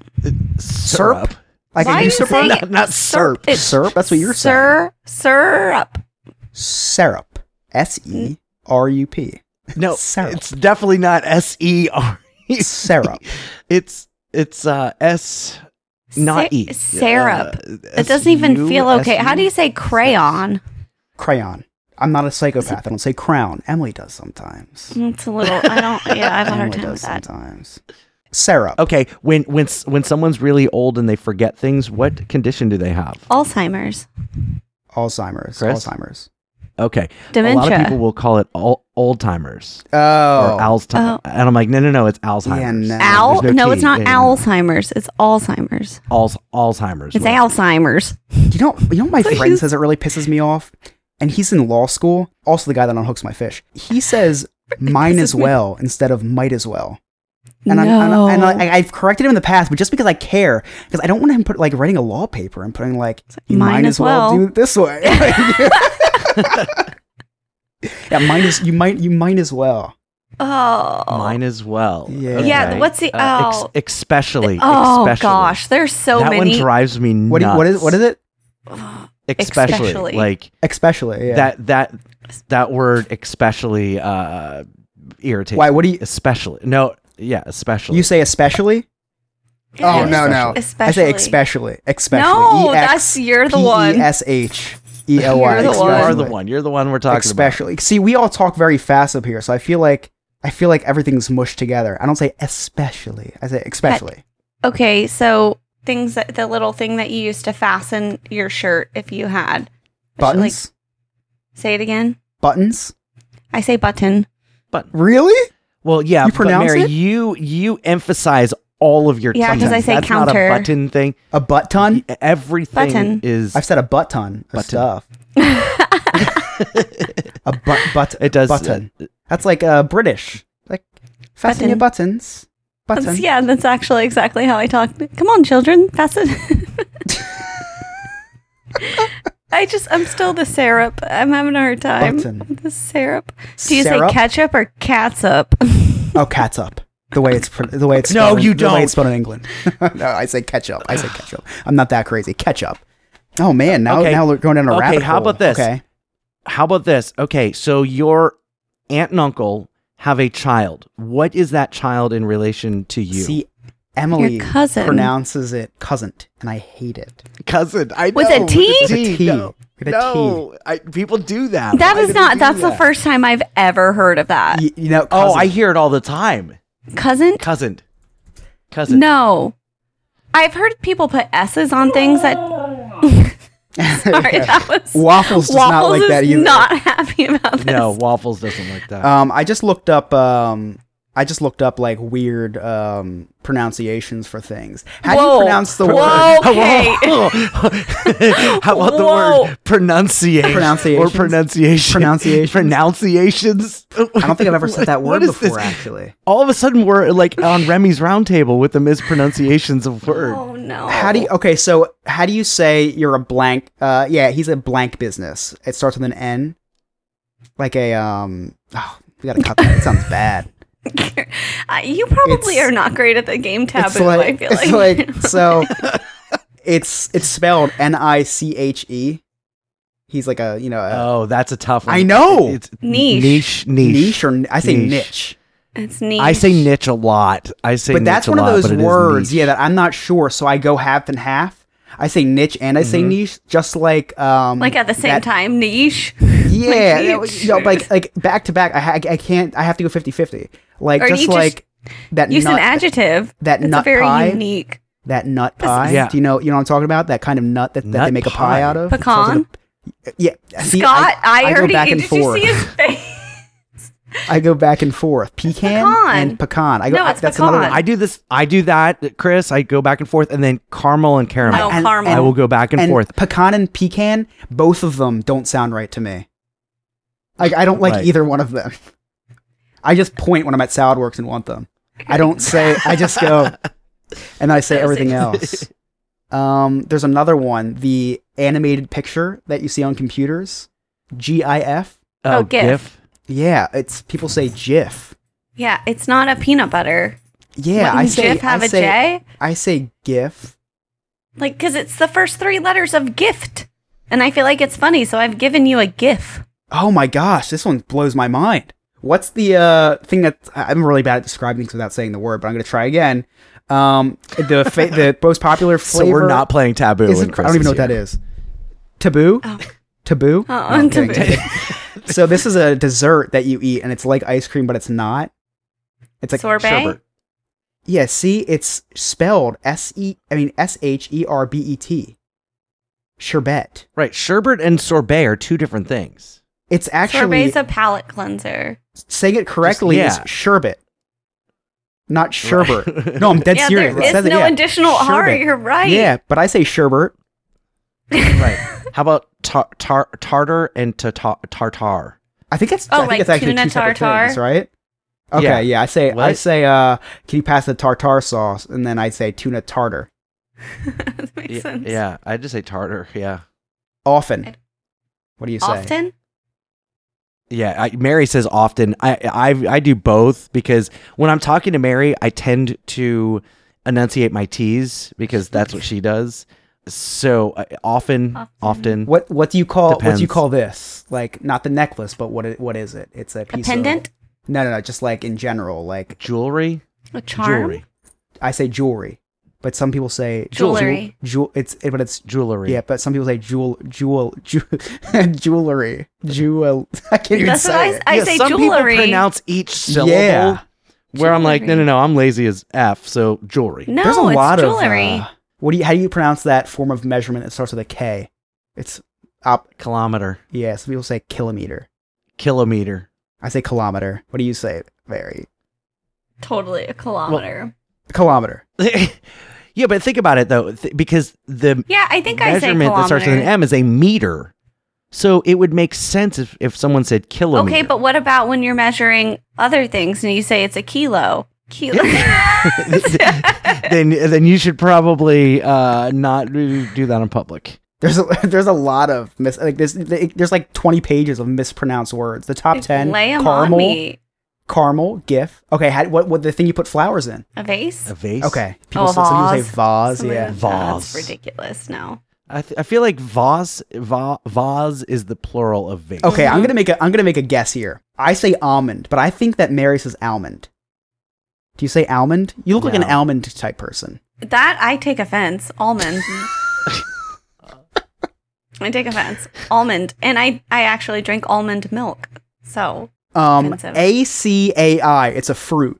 [SPEAKER 3] syrup.
[SPEAKER 1] Like
[SPEAKER 2] Why
[SPEAKER 1] a
[SPEAKER 2] are you
[SPEAKER 1] usurper?
[SPEAKER 2] saying
[SPEAKER 1] No,
[SPEAKER 2] it?
[SPEAKER 1] not
[SPEAKER 2] Syrup.
[SPEAKER 1] syrup.
[SPEAKER 2] It's
[SPEAKER 1] Syrup. That's what you're
[SPEAKER 2] Sir, syrup.
[SPEAKER 1] saying. Syrup. S e
[SPEAKER 2] Mm.
[SPEAKER 1] r u p.
[SPEAKER 3] No,
[SPEAKER 1] Syrup.
[SPEAKER 3] it's definitely not S E R.
[SPEAKER 1] Syrup.
[SPEAKER 3] It's it's uh S not
[SPEAKER 2] Sy-
[SPEAKER 3] E.
[SPEAKER 2] Syrup.
[SPEAKER 3] Uh,
[SPEAKER 2] It doesn't even feel
[SPEAKER 3] S-U,
[SPEAKER 2] okay. How do you say crayon?
[SPEAKER 1] Crayon. I'm not a psychopath. I don't say crown. Emily does sometimes.
[SPEAKER 2] It's a little. I don't. Yeah, Mm, I have a hard
[SPEAKER 1] Emily
[SPEAKER 2] time with
[SPEAKER 1] does
[SPEAKER 2] that. Oh.
[SPEAKER 1] sometimes. Syrup.
[SPEAKER 3] Okay, when when s- when someone's really old and they forget things, what condition do they have?
[SPEAKER 2] Alzheimer's.
[SPEAKER 1] Alzheimer's.
[SPEAKER 3] Chris?
[SPEAKER 1] Alzheimer's.
[SPEAKER 2] Oh.
[SPEAKER 3] Okay. A lot of people
[SPEAKER 2] Dementia.
[SPEAKER 3] will call it all, old timers
[SPEAKER 1] Oh.
[SPEAKER 3] or Alzheimer's. And I'm like, no, no, no, it's Alzheimer's.
[SPEAKER 1] no.
[SPEAKER 2] Al?
[SPEAKER 3] There's
[SPEAKER 2] No, it's
[SPEAKER 3] T.
[SPEAKER 2] not
[SPEAKER 3] Yeah, yeah, yeah.
[SPEAKER 2] Alzheimer's. It's Alzheimer's.
[SPEAKER 3] Alz- Alzheimer's.
[SPEAKER 2] It's
[SPEAKER 3] right.
[SPEAKER 2] Alzheimer's.
[SPEAKER 1] You know, you know, what my friend says it really pisses me off, and he's in law school. Also, the guy that unhooks my fish. He says "mine
[SPEAKER 2] pisses
[SPEAKER 1] as
[SPEAKER 2] me-
[SPEAKER 1] well" instead of "might as well." And
[SPEAKER 2] no.
[SPEAKER 1] I'm, I'm, and I, I've corrected him in the past, but just because I care, because I don't want him put like writing a law paper and putting like you
[SPEAKER 2] mine
[SPEAKER 1] might
[SPEAKER 2] as
[SPEAKER 1] as well,
[SPEAKER 2] well.
[SPEAKER 1] do it this way. yeah, mine is you might you might as well.
[SPEAKER 2] oh.
[SPEAKER 3] Mine as well.
[SPEAKER 1] Yeah.
[SPEAKER 2] yeah.
[SPEAKER 3] Okay.
[SPEAKER 2] What's the
[SPEAKER 3] Uh, ex-
[SPEAKER 2] oh?
[SPEAKER 3] especially.
[SPEAKER 2] oh
[SPEAKER 3] especially.
[SPEAKER 2] gosh, there's so
[SPEAKER 3] that
[SPEAKER 2] many.
[SPEAKER 3] one drives me nuts.
[SPEAKER 1] What do you, what is what is it?
[SPEAKER 3] Especially,
[SPEAKER 2] Especially.
[SPEAKER 3] like
[SPEAKER 1] Especially yeah.
[SPEAKER 3] that that that word especially uh irritates.
[SPEAKER 1] Why?
[SPEAKER 3] me.
[SPEAKER 1] What do you
[SPEAKER 3] Especially no. Yeah, especially.
[SPEAKER 1] you say? Especially? Oh
[SPEAKER 2] Yeah.
[SPEAKER 1] no no!
[SPEAKER 2] Especially.
[SPEAKER 1] I say especially especially. E
[SPEAKER 2] No,
[SPEAKER 1] E-X-
[SPEAKER 2] that's you're the one.
[SPEAKER 1] S H E L
[SPEAKER 2] You're
[SPEAKER 1] Y.
[SPEAKER 2] the
[SPEAKER 3] you
[SPEAKER 2] one.
[SPEAKER 3] are the one. You're the one we're talking about.
[SPEAKER 1] Especially. See, we all talk very fast up here, so I feel like I feel like everything's mushed together. I don't say especially. I say especially.
[SPEAKER 2] Okay, so things that the little thing that you used to fasten your shirt if you had I should,
[SPEAKER 1] Buttons.
[SPEAKER 2] like- say it again.
[SPEAKER 1] Buttons.
[SPEAKER 2] I say button.
[SPEAKER 1] Really?
[SPEAKER 3] Well, yeah,
[SPEAKER 1] You
[SPEAKER 3] but
[SPEAKER 1] pronounce
[SPEAKER 3] Mary,
[SPEAKER 1] it?
[SPEAKER 3] you you emphasize all of your
[SPEAKER 2] Yeah, 'cause
[SPEAKER 3] because
[SPEAKER 2] I say
[SPEAKER 3] That's
[SPEAKER 2] counter.
[SPEAKER 3] not a button thing.
[SPEAKER 1] A butt ton?
[SPEAKER 3] Y- Everything
[SPEAKER 2] Button.
[SPEAKER 3] is
[SPEAKER 1] I've said a butt ton of
[SPEAKER 3] Button.
[SPEAKER 1] stuff. a butt butt.
[SPEAKER 3] it does
[SPEAKER 1] button. That's like uh, British. Like fasten
[SPEAKER 2] Button.
[SPEAKER 1] your buttons. Button.
[SPEAKER 2] That's, yeah, that's actually exactly how I talk. Come on, children, fasten. I just I'm still the syrup. I'm having a hard time.
[SPEAKER 1] Button.
[SPEAKER 2] The syrup. Do you
[SPEAKER 1] Syrup?
[SPEAKER 2] say ketchup or catsup?
[SPEAKER 1] Oh, cat's up. The way it's pr- the way it's
[SPEAKER 3] No,
[SPEAKER 1] spelled in-
[SPEAKER 3] you
[SPEAKER 1] The way
[SPEAKER 3] don't.
[SPEAKER 1] it's spelled in England. no, I say ketchup. I say ketchup. I'm not that crazy. Ketchup. Oh man, now
[SPEAKER 3] Okay.
[SPEAKER 1] now we're going down a
[SPEAKER 3] Okay,
[SPEAKER 1] rabbit
[SPEAKER 3] how about
[SPEAKER 1] hole.
[SPEAKER 3] this?
[SPEAKER 1] Okay,
[SPEAKER 3] How about this? Okay, so your aunt and uncle have a child. What is that child in relation to you?
[SPEAKER 1] see, Emily
[SPEAKER 2] Your cousin.
[SPEAKER 1] pronounces it cousin, and I hate it.
[SPEAKER 3] cousin. I
[SPEAKER 2] With a
[SPEAKER 3] know,
[SPEAKER 2] T?
[SPEAKER 1] With a T.
[SPEAKER 3] No,
[SPEAKER 1] With a
[SPEAKER 3] no. I, people do that.
[SPEAKER 2] That
[SPEAKER 3] Why
[SPEAKER 2] is
[SPEAKER 3] do they
[SPEAKER 2] not.
[SPEAKER 3] do
[SPEAKER 2] That's the
[SPEAKER 3] that?
[SPEAKER 2] first time I've ever heard of that.
[SPEAKER 1] Y- you know,
[SPEAKER 3] Oh, I
[SPEAKER 1] cousin.
[SPEAKER 3] hear it all the time.
[SPEAKER 2] Cousin?
[SPEAKER 3] Cousin, cousin.
[SPEAKER 2] No. I've heard people put S's on things that. Sorry, that was.
[SPEAKER 1] waffles does not like
[SPEAKER 2] is
[SPEAKER 1] that either.
[SPEAKER 2] not happy about this.
[SPEAKER 3] no. Waffles doesn't like that.
[SPEAKER 1] Um, I just looked up. Um, I just looked up like weird um pronunciations for things. How do you
[SPEAKER 2] Whoa.
[SPEAKER 1] pronounce the
[SPEAKER 2] Whoa,
[SPEAKER 1] word?
[SPEAKER 2] Okay.
[SPEAKER 3] How about the
[SPEAKER 2] Whoa.
[SPEAKER 3] word pronunciation or
[SPEAKER 1] Pronunciations?
[SPEAKER 3] pronunciation?
[SPEAKER 1] Pronunciations?
[SPEAKER 3] Pronunciations.
[SPEAKER 1] I don't think I've ever said that
[SPEAKER 3] What
[SPEAKER 1] word
[SPEAKER 3] is
[SPEAKER 1] before.
[SPEAKER 3] this?
[SPEAKER 1] Actually,
[SPEAKER 3] All of a sudden, we're like on Remy's roundtable with the mispronunciations of words.
[SPEAKER 2] Oh, no.
[SPEAKER 1] How do you, okay? So how do you say you're a blank? Uh, yeah, he's a blank business. It starts with an N, like a um. Oh, we gotta cut that. It sounds bad.
[SPEAKER 2] Uh, you probably
[SPEAKER 1] It's-
[SPEAKER 2] are not great at the game taboo,
[SPEAKER 1] It's like,
[SPEAKER 2] I feel
[SPEAKER 1] it's
[SPEAKER 2] like.
[SPEAKER 1] like so. It's it's spelled N I C H E. He's like a you know a
[SPEAKER 3] Oh, that's a tough one.
[SPEAKER 1] I know.
[SPEAKER 3] It's
[SPEAKER 2] Niche.
[SPEAKER 3] niche, niche.
[SPEAKER 1] niche. or I say
[SPEAKER 3] Niche.
[SPEAKER 1] niche,
[SPEAKER 2] it's neat.
[SPEAKER 3] I say niche a lot. I say,
[SPEAKER 1] but that's
[SPEAKER 3] niche
[SPEAKER 1] one
[SPEAKER 3] a
[SPEAKER 1] of
[SPEAKER 3] lot,
[SPEAKER 1] those
[SPEAKER 3] but it is
[SPEAKER 1] words.
[SPEAKER 3] niche.
[SPEAKER 1] Yeah, that I'm not sure. So I go half and half. I say niche and I say
[SPEAKER 3] Mm-hmm.
[SPEAKER 1] niche, just like um
[SPEAKER 2] Like at the same
[SPEAKER 1] that-
[SPEAKER 2] time, niche.
[SPEAKER 1] Yeah,
[SPEAKER 2] Like,
[SPEAKER 1] that was- you know,
[SPEAKER 2] dude.
[SPEAKER 1] like like back to back. I, ha- I can't. I have to go 50-50. Like
[SPEAKER 2] Or do
[SPEAKER 1] just
[SPEAKER 2] you just
[SPEAKER 1] like that
[SPEAKER 2] Use
[SPEAKER 1] nut
[SPEAKER 2] an adjective.
[SPEAKER 1] that
[SPEAKER 2] It's
[SPEAKER 1] nut
[SPEAKER 2] a very
[SPEAKER 1] pie.
[SPEAKER 2] unique.
[SPEAKER 1] that nut pie.
[SPEAKER 3] Yeah.
[SPEAKER 1] Do you know you know what I'm talking about? That kind of nut that, that
[SPEAKER 3] Nut
[SPEAKER 1] they make a
[SPEAKER 3] pie.
[SPEAKER 1] pie out of.
[SPEAKER 2] Pecan?
[SPEAKER 1] So it's like a- yeah. see,
[SPEAKER 2] Scott, I,
[SPEAKER 1] I go
[SPEAKER 2] already.
[SPEAKER 1] back and
[SPEAKER 2] did you
[SPEAKER 1] forth.
[SPEAKER 2] see his face?
[SPEAKER 1] I go back and forth. Pecan
[SPEAKER 2] pecan.
[SPEAKER 1] and pecan. I go.
[SPEAKER 2] No,
[SPEAKER 1] I-
[SPEAKER 2] it's
[SPEAKER 1] that's another
[SPEAKER 2] pecan.
[SPEAKER 1] one.
[SPEAKER 3] I do this. I do that, Chris. I go back and forth, and then caramel and caramel.
[SPEAKER 2] No,
[SPEAKER 1] and-
[SPEAKER 2] caramel.
[SPEAKER 3] I will go back and,
[SPEAKER 1] and
[SPEAKER 3] forth.
[SPEAKER 1] Pecan and pecan, both of them don't sound right to me. Like I don't like
[SPEAKER 3] Right.
[SPEAKER 1] either one of them. I just point when I'm at Salad Works and want them. I don't say. I just go, and I say everything else. Um, there's another one, the animated picture that you see on computers, GIF.
[SPEAKER 2] Oh, GIF.
[SPEAKER 1] Yeah, it's people say GIF.
[SPEAKER 2] Yeah, it's not a peanut butter.
[SPEAKER 1] Yeah, I
[SPEAKER 2] Wouldn't
[SPEAKER 1] say
[SPEAKER 2] GIF have
[SPEAKER 1] I
[SPEAKER 2] a
[SPEAKER 1] say,
[SPEAKER 2] J?
[SPEAKER 1] I say GIF.
[SPEAKER 2] Like, because it's the first three letters of gift. And I feel like it's funny, so I've given you a GIF.
[SPEAKER 1] Oh my gosh, this one blows my mind. What's the uh, thing that I- I'm really bad at describing things without saying the word, but I'm going to try again. Um, the fa- the most popular
[SPEAKER 3] So
[SPEAKER 1] flavor.
[SPEAKER 3] we're not playing taboo.
[SPEAKER 1] is
[SPEAKER 3] when
[SPEAKER 1] it- I
[SPEAKER 3] Chris
[SPEAKER 1] don't even know what that
[SPEAKER 3] here.
[SPEAKER 1] is. Taboo.
[SPEAKER 2] Oh.
[SPEAKER 1] Taboo.
[SPEAKER 2] Oh,
[SPEAKER 1] I'm kidding,
[SPEAKER 2] taboo.
[SPEAKER 1] I'm kidding. so this is a dessert that you eat, and it's like ice cream, but it's not. It's like
[SPEAKER 2] Sorbet?
[SPEAKER 1] sherbet. Yeah. See, it's spelled S E. I mean S H E R B E T. Sherbet.
[SPEAKER 3] Right. Sherbet and sorbet are two different things.
[SPEAKER 1] It's actually
[SPEAKER 2] Sorbet's a palate cleanser.
[SPEAKER 1] saying it correctly
[SPEAKER 3] yeah.
[SPEAKER 1] is sherbet, not sherbet. No, I'm dead
[SPEAKER 2] yeah,
[SPEAKER 1] serious.
[SPEAKER 2] there
[SPEAKER 1] It
[SPEAKER 2] is
[SPEAKER 1] says it,
[SPEAKER 2] no
[SPEAKER 1] yeah.
[SPEAKER 2] additional R.
[SPEAKER 1] Sherbet.
[SPEAKER 2] You're right.
[SPEAKER 1] Yeah, but I say sherbet.
[SPEAKER 3] right. How about tar- tar- tartar and tata- tartar?
[SPEAKER 1] I think it's
[SPEAKER 2] Oh,
[SPEAKER 1] I think
[SPEAKER 2] like
[SPEAKER 1] it's actually
[SPEAKER 2] tuna
[SPEAKER 1] two separate
[SPEAKER 2] tartare?
[SPEAKER 1] things, right? Okay,
[SPEAKER 3] Yeah.
[SPEAKER 1] yeah. I say I
[SPEAKER 3] What?
[SPEAKER 1] say uh can you pass the tartar sauce and then I say tuna tartar
[SPEAKER 2] that makes
[SPEAKER 3] Yeah,
[SPEAKER 2] sense.
[SPEAKER 3] yeah, I just say tartar. Yeah,
[SPEAKER 1] often.
[SPEAKER 2] I-
[SPEAKER 1] What do you say?
[SPEAKER 2] Often?
[SPEAKER 3] yeah. I, Mary says often. I, I I do both because when I'm talking to Mary, I tend to enunciate my T's because that's what she does. So uh, often,
[SPEAKER 2] Often.
[SPEAKER 3] often,
[SPEAKER 1] What what do you call what do you
[SPEAKER 3] Depends.
[SPEAKER 1] call this? Like not the necklace, but what it, what is it? It's a
[SPEAKER 2] A
[SPEAKER 1] piece
[SPEAKER 2] pendant?
[SPEAKER 1] Of, no, no, no, just like in general, like
[SPEAKER 3] jewelry,
[SPEAKER 2] A charm?
[SPEAKER 3] jewelry,
[SPEAKER 1] I say jewelry, but some people say
[SPEAKER 2] Jewelry.
[SPEAKER 1] Jewel, it's it, but it's
[SPEAKER 3] jewelry.
[SPEAKER 1] yeah, but some people say jewel jewel, ju- jewelry jewel. I can't even
[SPEAKER 2] That's
[SPEAKER 1] say
[SPEAKER 2] what I,
[SPEAKER 1] it.
[SPEAKER 2] s- I
[SPEAKER 3] Yeah,
[SPEAKER 2] say
[SPEAKER 3] some
[SPEAKER 2] jewelry.
[SPEAKER 3] people pronounce each syllable.
[SPEAKER 1] Yeah.
[SPEAKER 3] Where I'm like, no,
[SPEAKER 2] Jewelry.
[SPEAKER 3] no, no, I'm lazy as f. So jewelry.
[SPEAKER 2] no,
[SPEAKER 1] There's a
[SPEAKER 2] it's
[SPEAKER 1] lot
[SPEAKER 2] jewelry.
[SPEAKER 1] of uh, what do you how do you pronounce that form of measurement that starts with a K? It's op.
[SPEAKER 3] Kilometer,
[SPEAKER 1] Yeah, some people say kilometer.
[SPEAKER 3] kilometer.
[SPEAKER 1] I say kilometer. What do you say, Mary?
[SPEAKER 2] totally a kilometer.
[SPEAKER 1] Kilometer.
[SPEAKER 3] yeah, but think about it though, th- because the
[SPEAKER 2] yeah, I think I say
[SPEAKER 3] measurement
[SPEAKER 2] kilometer.
[SPEAKER 3] that starts with an M is a meter. So it would make sense if, if someone said kilometer.
[SPEAKER 2] Okay, but what about when you're measuring other things and you say it's a kilo? Kilo.
[SPEAKER 3] then then you should probably uh, not do do that in public.
[SPEAKER 1] There's a there's a lot of mis like there's there's like 20 pages of mispronounced words. The top 10
[SPEAKER 2] Lay 'em
[SPEAKER 1] caramel
[SPEAKER 2] on me.
[SPEAKER 1] caramel gif. Okay, how, what what the thing you put flowers in?
[SPEAKER 2] A vase?
[SPEAKER 3] A vase.
[SPEAKER 1] Okay, people
[SPEAKER 2] Oh,
[SPEAKER 1] say, some people
[SPEAKER 2] vase.
[SPEAKER 1] say vase.
[SPEAKER 2] Something
[SPEAKER 1] yeah,
[SPEAKER 2] like that.
[SPEAKER 3] Vase.
[SPEAKER 2] That's ridiculous. No.
[SPEAKER 3] I, th- I feel like vase va- vase is the plural of vase.
[SPEAKER 1] Okay, I'm
[SPEAKER 2] Mhm.
[SPEAKER 1] gonna make a I'm gonna make a guess here. I say almond, but I think that Mary says almond. Do you say almond? You look like an
[SPEAKER 3] No.
[SPEAKER 1] almond type person.
[SPEAKER 2] That I take offense. Almond. I take offense. Almond. And I, I actually drink almond milk. So
[SPEAKER 1] Um,
[SPEAKER 2] Offensive.
[SPEAKER 1] A C A I. It's a fruit,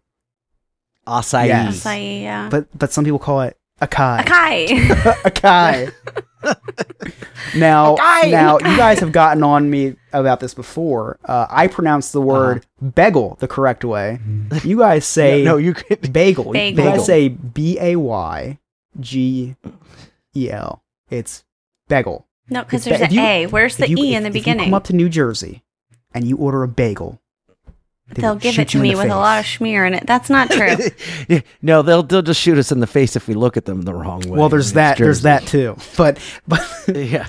[SPEAKER 3] Acai.
[SPEAKER 1] Yeah.
[SPEAKER 2] acai, yeah.
[SPEAKER 1] but uh, but some people call it akai.
[SPEAKER 2] Acai.
[SPEAKER 1] Akai. now,
[SPEAKER 2] Akai.
[SPEAKER 1] now you guys have gotten on me about this before. Uh, I pronounce the word bagel the correct way. You guys say
[SPEAKER 3] Mm-hmm. No, you could.
[SPEAKER 1] bagel.
[SPEAKER 2] Bagel.
[SPEAKER 1] You guys say B A Y G E L. It's bagel.
[SPEAKER 2] no, because
[SPEAKER 1] If that-
[SPEAKER 2] there's an
[SPEAKER 1] if you-
[SPEAKER 2] A. Where's
[SPEAKER 1] If
[SPEAKER 2] the
[SPEAKER 1] you-
[SPEAKER 2] E
[SPEAKER 1] if-
[SPEAKER 2] in the
[SPEAKER 1] if You
[SPEAKER 2] beginning?
[SPEAKER 1] come up to New Jersey and you order a bagel. they
[SPEAKER 2] They'll
[SPEAKER 1] will
[SPEAKER 2] give
[SPEAKER 1] shoot
[SPEAKER 2] it to
[SPEAKER 1] you in
[SPEAKER 2] me
[SPEAKER 1] the
[SPEAKER 2] with a
[SPEAKER 1] face.
[SPEAKER 2] lot of schmear in it. That's not true.
[SPEAKER 3] Yeah, no, they'll they'll just shoot us in the face if we look at them the wrong way.
[SPEAKER 1] well, there's
[SPEAKER 3] It's
[SPEAKER 1] that. There's
[SPEAKER 3] Jersey.
[SPEAKER 1] that too. But but
[SPEAKER 3] yeah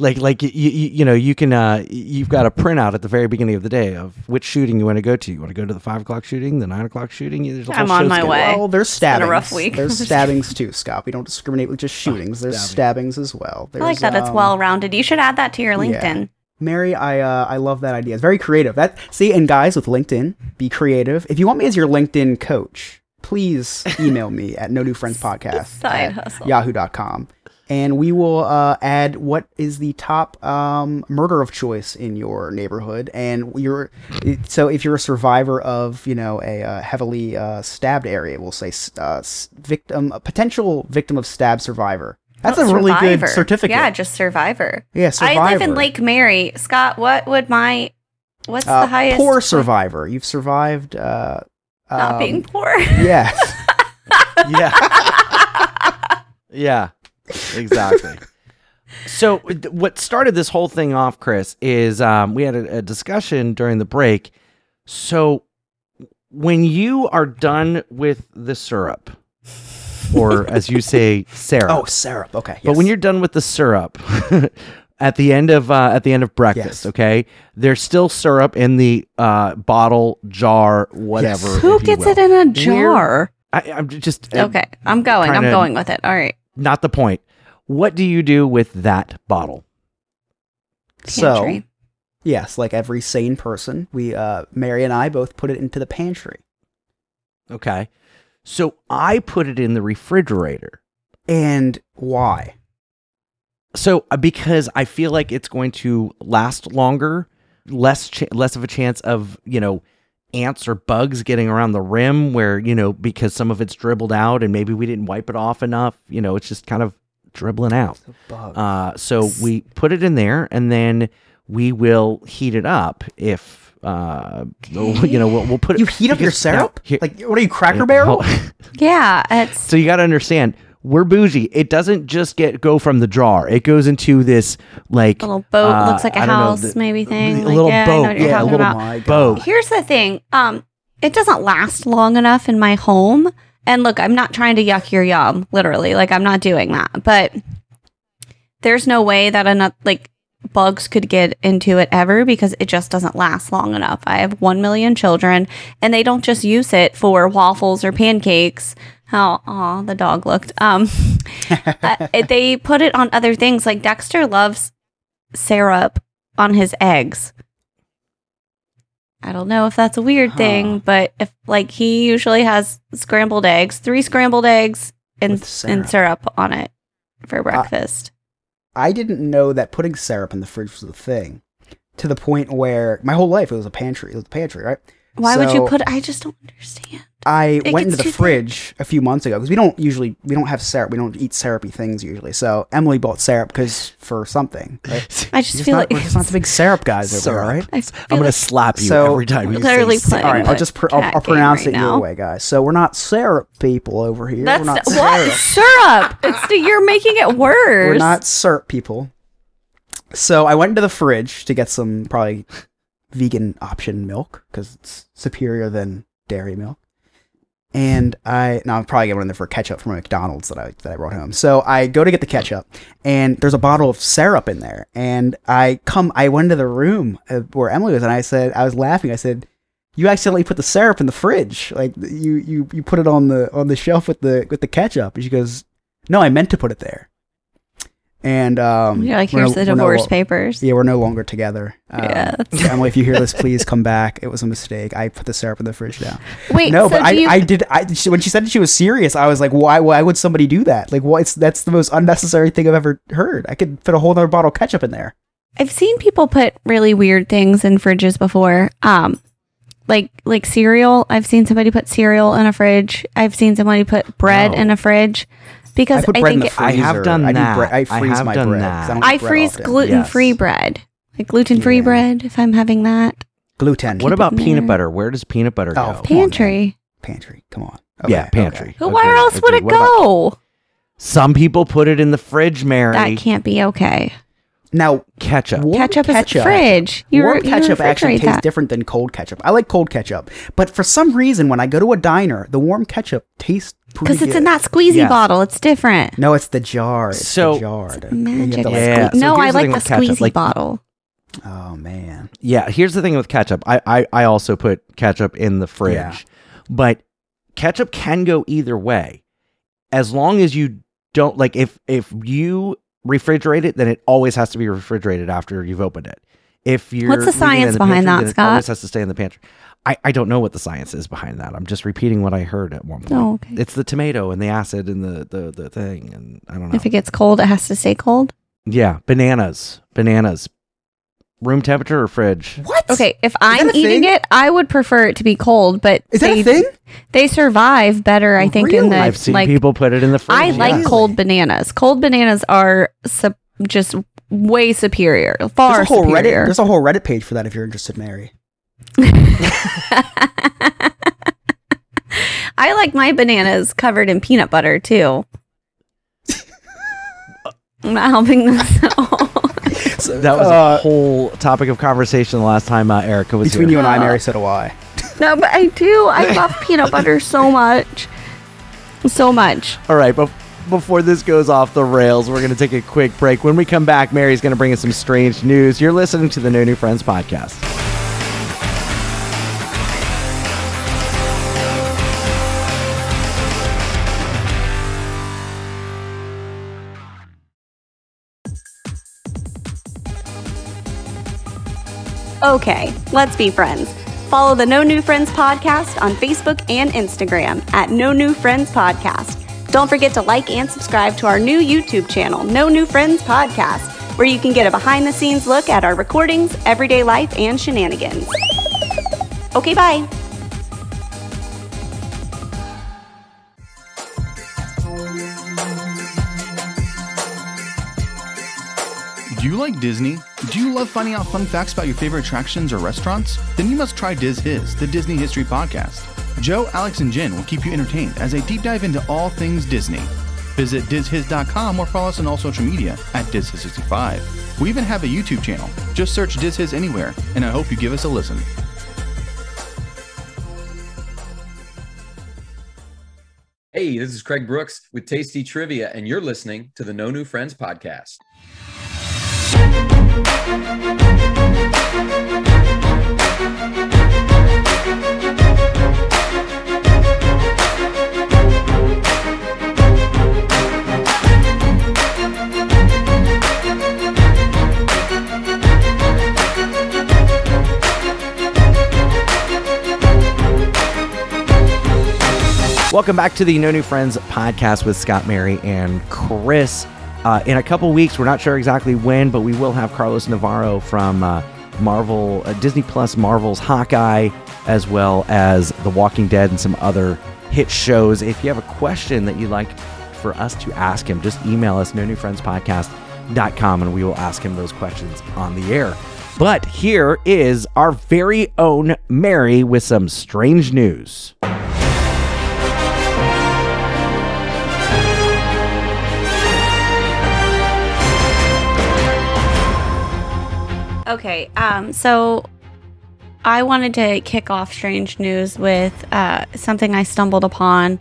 [SPEAKER 3] like like you, you you know you can uh you've got a printout at the very beginning of the day of which shooting you want to go to you want to go to the five o'clock shooting the nine o'clock shooting there's a whole
[SPEAKER 2] I'm on
[SPEAKER 3] show
[SPEAKER 2] my
[SPEAKER 3] schedule.
[SPEAKER 2] way.
[SPEAKER 1] well, there's
[SPEAKER 2] been
[SPEAKER 1] stabbings.
[SPEAKER 2] a rough week.
[SPEAKER 1] There's stabbings too, Scott. We don't discriminate with just shootings. There's stabbings as well.
[SPEAKER 2] I like
[SPEAKER 1] There's,
[SPEAKER 2] that it's
[SPEAKER 1] um,
[SPEAKER 2] well rounded. You should add that to your
[SPEAKER 1] yeah.
[SPEAKER 2] LinkedIn.
[SPEAKER 1] Mary, I uh, I love that idea. It's very creative. That see, and guys with LinkedIn, be creative. If you want me as your LinkedIn coach, please email me at no new friends podcast
[SPEAKER 2] Side hustle.
[SPEAKER 1] yahoo.com and we will uh, add what is the top um, murder of choice in your neighborhood and you're so if you're a survivor of you know a uh, heavily uh, stabbed area we'll say s- uh, s- victim a potential victim of stab survivor that's
[SPEAKER 2] Oh,
[SPEAKER 1] a really
[SPEAKER 2] survivor.
[SPEAKER 1] good certificate
[SPEAKER 2] Yeah, just survivor.
[SPEAKER 1] yeah survivor
[SPEAKER 2] I live in Lake Mary. Scott, what would my what's
[SPEAKER 1] Uh,
[SPEAKER 2] the highest
[SPEAKER 1] poor survivor you've survived uh,
[SPEAKER 2] not
[SPEAKER 1] um,
[SPEAKER 2] being poor?
[SPEAKER 1] yes
[SPEAKER 3] yeah yeah exactly so th- what started this whole thing off chris is um we had a, a discussion during the break so when you are done with the syrup or as you say syrup
[SPEAKER 1] oh syrup okay
[SPEAKER 3] But when you're done with the syrup, at the end of uh, at the end of breakfast,
[SPEAKER 1] Yes.
[SPEAKER 3] okay, there's still syrup in the uh, bottle, jar, whatever.
[SPEAKER 1] Yes.
[SPEAKER 2] Who gets it in a jar?
[SPEAKER 3] I, I'm ju- just uh,
[SPEAKER 2] Okay, I'm going.
[SPEAKER 3] kinda-
[SPEAKER 2] I'm going with it. All right.
[SPEAKER 3] Not the point. What do you do with that bottle?
[SPEAKER 1] so
[SPEAKER 2] Pantry.
[SPEAKER 1] yes like every sane person we uh, mary and i both put it into the pantry
[SPEAKER 3] Okay, so I put it in the refrigerator.
[SPEAKER 1] and why?
[SPEAKER 3] So uh, because I feel like it's going to last longer, less ch- less of a chance of you know ants or bugs getting around the rim where you know because some of it's dribbled out and maybe we didn't wipe it off enough. You know, it's just kind of dribbling out.
[SPEAKER 1] Bug.
[SPEAKER 3] Uh, so we put it in there and then we will heat it up if uh you know we'll, we'll put it
[SPEAKER 1] You heat up your
[SPEAKER 3] because- now,
[SPEAKER 1] syrup?
[SPEAKER 3] here-
[SPEAKER 1] like, what are you, Cracker
[SPEAKER 3] yeah,
[SPEAKER 1] Barrel?
[SPEAKER 3] hold-
[SPEAKER 2] Yeah, it's
[SPEAKER 3] so you got to understand we're bougie it doesn't just get go from the jar it goes into this like
[SPEAKER 2] a little boat.
[SPEAKER 3] uh,
[SPEAKER 2] looks like a
[SPEAKER 3] I don't know,
[SPEAKER 2] house,
[SPEAKER 3] th-
[SPEAKER 2] maybe thing.
[SPEAKER 3] a
[SPEAKER 2] Like,
[SPEAKER 3] little
[SPEAKER 2] yeah, I know
[SPEAKER 3] boat
[SPEAKER 2] what you're
[SPEAKER 3] yeah a
[SPEAKER 2] talking
[SPEAKER 3] little
[SPEAKER 2] about.
[SPEAKER 1] My God.
[SPEAKER 3] boat
[SPEAKER 2] Here's the thing. Um, it doesn't last long enough in my home. And look, I'm not trying to yuck your yum, literally. Like I'm not doing that. But there's no way that enough like bugs could get into it ever because it just doesn't last long enough. I have one million children and they don't just use it for waffles or pancakes. How aw, the dog looked. Um uh, it- they put it on other things. Like Dexter loves syrup on his eggs. I don't know if that's a weird
[SPEAKER 6] Huh.
[SPEAKER 2] thing, but if like he usually has scrambled eggs, three scrambled eggs and
[SPEAKER 1] With Uh,
[SPEAKER 2] and syrup on it for breakfast.
[SPEAKER 1] I didn't know that putting syrup in the fridge was a thing. To the point where my whole life it was a pantry. It was a pantry, right?
[SPEAKER 2] Why would
[SPEAKER 1] so-
[SPEAKER 2] you put? I just don't understand.
[SPEAKER 1] I
[SPEAKER 2] It
[SPEAKER 1] went
[SPEAKER 2] gets
[SPEAKER 1] into the
[SPEAKER 2] too thick.
[SPEAKER 1] fridge a few months ago because we don't usually we don't have syrup. We don't eat syrupy things usually. So Emily bought syrup because for something. Right?
[SPEAKER 2] I just
[SPEAKER 1] We're
[SPEAKER 2] feel
[SPEAKER 1] not,
[SPEAKER 2] like
[SPEAKER 1] we're just not the big syrup guys over here, right?
[SPEAKER 3] Syrup.
[SPEAKER 2] I
[SPEAKER 3] i'm
[SPEAKER 2] feel
[SPEAKER 3] gonna
[SPEAKER 2] like
[SPEAKER 3] slap you
[SPEAKER 1] So-
[SPEAKER 3] every time you
[SPEAKER 2] Literally
[SPEAKER 3] say
[SPEAKER 2] playing
[SPEAKER 1] All right, I'll
[SPEAKER 2] with
[SPEAKER 1] just pr- I'll,
[SPEAKER 2] cat
[SPEAKER 1] I'll
[SPEAKER 2] game
[SPEAKER 1] pronounce
[SPEAKER 2] right
[SPEAKER 1] it
[SPEAKER 2] now.
[SPEAKER 1] your way, guys. So we're not syrup people over here.
[SPEAKER 2] that's
[SPEAKER 1] we're not
[SPEAKER 2] what
[SPEAKER 1] syrup.
[SPEAKER 2] syrup. It's you're making it worse.
[SPEAKER 1] We're not syrup people. So I went into the fridge to get some probably vegan option milk because it's superior than dairy milk. And I now I'm probably getting one in there for ketchup from McDonald's that I that I brought home. So I go to get the ketchup, and there's a bottle of syrup in there. And I come, I went into the room uh, where Emily was, and I said, I was laughing. I said, "You accidentally put the syrup in the fridge. Like you you you put it on the on the shelf with the with the ketchup." And she goes, "No, I meant to put it there." And um,
[SPEAKER 2] You're like
[SPEAKER 1] we're no-
[SPEAKER 2] here's the
[SPEAKER 1] we're no
[SPEAKER 2] divorce
[SPEAKER 1] lo-
[SPEAKER 2] papers.
[SPEAKER 1] yeah, we're no longer together. Um,
[SPEAKER 2] Yeah, that's-
[SPEAKER 1] Emily, if you hear this, please come back. It was a mistake. I put the syrup in the fridge now.
[SPEAKER 2] Wait,
[SPEAKER 1] no,
[SPEAKER 2] so
[SPEAKER 1] but I,
[SPEAKER 2] do you?
[SPEAKER 1] I did. I she, when she said that she was serious, I was like, why? Why would somebody do that? Like, what's that's the most unnecessary thing I've ever heard. I could fit a whole other bottle of ketchup in there.
[SPEAKER 2] I've seen people put really weird things in fridges before. Um like like cereal. I've seen somebody put cereal in a fridge. I've seen somebody put bread
[SPEAKER 3] Wow.
[SPEAKER 2] in a fridge
[SPEAKER 1] I
[SPEAKER 2] because I,
[SPEAKER 1] put bread in
[SPEAKER 2] think
[SPEAKER 1] the
[SPEAKER 2] it,
[SPEAKER 1] freezer.
[SPEAKER 3] I have done
[SPEAKER 1] I do
[SPEAKER 3] that.
[SPEAKER 1] bread- I
[SPEAKER 3] I
[SPEAKER 1] freeze
[SPEAKER 3] have
[SPEAKER 1] my
[SPEAKER 3] done
[SPEAKER 1] bread.
[SPEAKER 3] that.
[SPEAKER 1] 'cause don't
[SPEAKER 2] I
[SPEAKER 1] eat bread
[SPEAKER 2] freeze
[SPEAKER 1] often.
[SPEAKER 2] gluten-free
[SPEAKER 3] Yes.
[SPEAKER 2] bread. Like gluten-free
[SPEAKER 1] Yeah.
[SPEAKER 2] bread if I'm having that.
[SPEAKER 1] gluten.
[SPEAKER 3] what about
[SPEAKER 2] in
[SPEAKER 3] peanut
[SPEAKER 2] there.
[SPEAKER 3] butter where does peanut butter
[SPEAKER 1] Oh,
[SPEAKER 3] go
[SPEAKER 1] Come on, man.
[SPEAKER 2] Pantry.
[SPEAKER 1] pantry? Come on.
[SPEAKER 3] yeah pantry
[SPEAKER 2] But where
[SPEAKER 3] Agreed,
[SPEAKER 2] else would
[SPEAKER 3] agreed.
[SPEAKER 2] it
[SPEAKER 3] What about-
[SPEAKER 2] go?
[SPEAKER 3] some people put it in the fridge mary
[SPEAKER 2] That can't be okay.
[SPEAKER 1] Now,
[SPEAKER 3] ketchup
[SPEAKER 1] warm
[SPEAKER 2] ketchup, is
[SPEAKER 1] ketchup
[SPEAKER 2] fridge. You
[SPEAKER 1] warm
[SPEAKER 2] re- you
[SPEAKER 1] ketchup actually
[SPEAKER 2] refrigerate
[SPEAKER 1] tastes
[SPEAKER 2] that.
[SPEAKER 1] different than cold ketchup. I like cold ketchup, but for some reason, when I go to a diner, the warm ketchup tastes pretty
[SPEAKER 2] because it's in
[SPEAKER 1] good.
[SPEAKER 2] that squeezy
[SPEAKER 3] Yeah.
[SPEAKER 2] bottle. It's different.
[SPEAKER 1] No, it's the jar. It's
[SPEAKER 3] So-
[SPEAKER 1] the jar. dude. You have
[SPEAKER 2] Magic.
[SPEAKER 1] to, like,
[SPEAKER 3] Yeah.
[SPEAKER 2] squeeze- no,
[SPEAKER 3] So
[SPEAKER 2] I
[SPEAKER 3] here's the
[SPEAKER 2] like
[SPEAKER 3] thing
[SPEAKER 2] the
[SPEAKER 3] with ketchup,
[SPEAKER 2] squeezy
[SPEAKER 3] like-
[SPEAKER 2] bottle.
[SPEAKER 1] Oh man.
[SPEAKER 3] Yeah, here's the thing with ketchup. I I, I also put ketchup in the fridge,
[SPEAKER 1] Yeah.
[SPEAKER 3] but ketchup can go either way, as long as you don't like if if you refrigerate it, then it always has to be refrigerated after you've opened it. If you're
[SPEAKER 2] What's the
[SPEAKER 3] leaving it in
[SPEAKER 2] science
[SPEAKER 3] the
[SPEAKER 2] behind
[SPEAKER 3] pantry,
[SPEAKER 2] that,
[SPEAKER 3] then it
[SPEAKER 2] Scott?
[SPEAKER 3] Always has to stay in the pantry. I, I don't know what the science is behind that. I'm just repeating what I heard at one point.
[SPEAKER 2] Oh, okay.
[SPEAKER 3] It's the tomato and the acid and the the, the thing and I don't know.
[SPEAKER 2] If it gets cold, it has to stay cold.
[SPEAKER 3] yeah, bananas, bananas, room temperature or fridge.
[SPEAKER 1] What?
[SPEAKER 2] Okay, if
[SPEAKER 1] that
[SPEAKER 2] I'm
[SPEAKER 1] a
[SPEAKER 2] eating
[SPEAKER 1] thing?
[SPEAKER 2] it, I would prefer it to be cold, but
[SPEAKER 1] Is that
[SPEAKER 2] they,
[SPEAKER 1] a thing?
[SPEAKER 2] They survive better, I think. In
[SPEAKER 1] Really?
[SPEAKER 2] the
[SPEAKER 3] I've seen
[SPEAKER 2] like,
[SPEAKER 3] people put it in the fridge.
[SPEAKER 2] I like
[SPEAKER 3] yeah.
[SPEAKER 2] cold bananas. Cold bananas are sup- just way superior, far
[SPEAKER 1] There's a whole Reddit.
[SPEAKER 2] superior.
[SPEAKER 1] There's a whole Reddit page for that if you're interested, Mary.
[SPEAKER 2] I like my bananas covered in peanut butter too. I'm not helping this at all.
[SPEAKER 3] That was
[SPEAKER 1] Uh,
[SPEAKER 3] a whole topic of conversation the last time uh, Erica was
[SPEAKER 1] Between
[SPEAKER 3] here.
[SPEAKER 1] you and I, Mary, so do I.
[SPEAKER 2] No, but I do. I love peanut butter so much. So much.
[SPEAKER 3] All right, but before this goes off the rails, we're going to take a quick break. When we come back, Mary's going to bring us some strange news. You're listening to the No New Friends podcast.
[SPEAKER 2] Okay, let's be friends. Follow the No New Friends podcast on Facebook and Instagram at No New Friends Podcast. Don't forget to like and subscribe to our new YouTube channel, No New Friends Podcast, where you can get a behind the scenes look at our recordings, everyday life, and shenanigans. Okay, bye.
[SPEAKER 8] Do you like Disney? Do you love finding out fun facts about your favorite attractions or restaurants? Then you must try Diz His, the Disney History Podcast. Joe, Alex, and Jen will keep you entertained as they deep dive into all things Disney. Visit DizHiz.com or follow us on all social media at DizHiz65. We even have a YouTube channel. Just search Diz His anywhere, and I hope you give us a listen.
[SPEAKER 9] Hey, this is Craig Brooks with Tasty Trivia, and you're listening to the No New Friends podcast.
[SPEAKER 3] Welcome back to the No New Friends podcast with Scott, Mary, and Chris. Uh, in a couple weeks, we're not sure exactly when, but we will have Carlos Navarro from uh, Marvel, uh, Disney Plus, Marvel's Hawkeye, as well as The Walking Dead and some other hit shows. If you have a question that you'd like for us to ask him, just email us, no new friends podcast.com, and we will ask him those questions on the air. But here is our very own Mary with some strange news.
[SPEAKER 2] Okay, um, so I wanted to kick off strange news with uh, something I stumbled upon.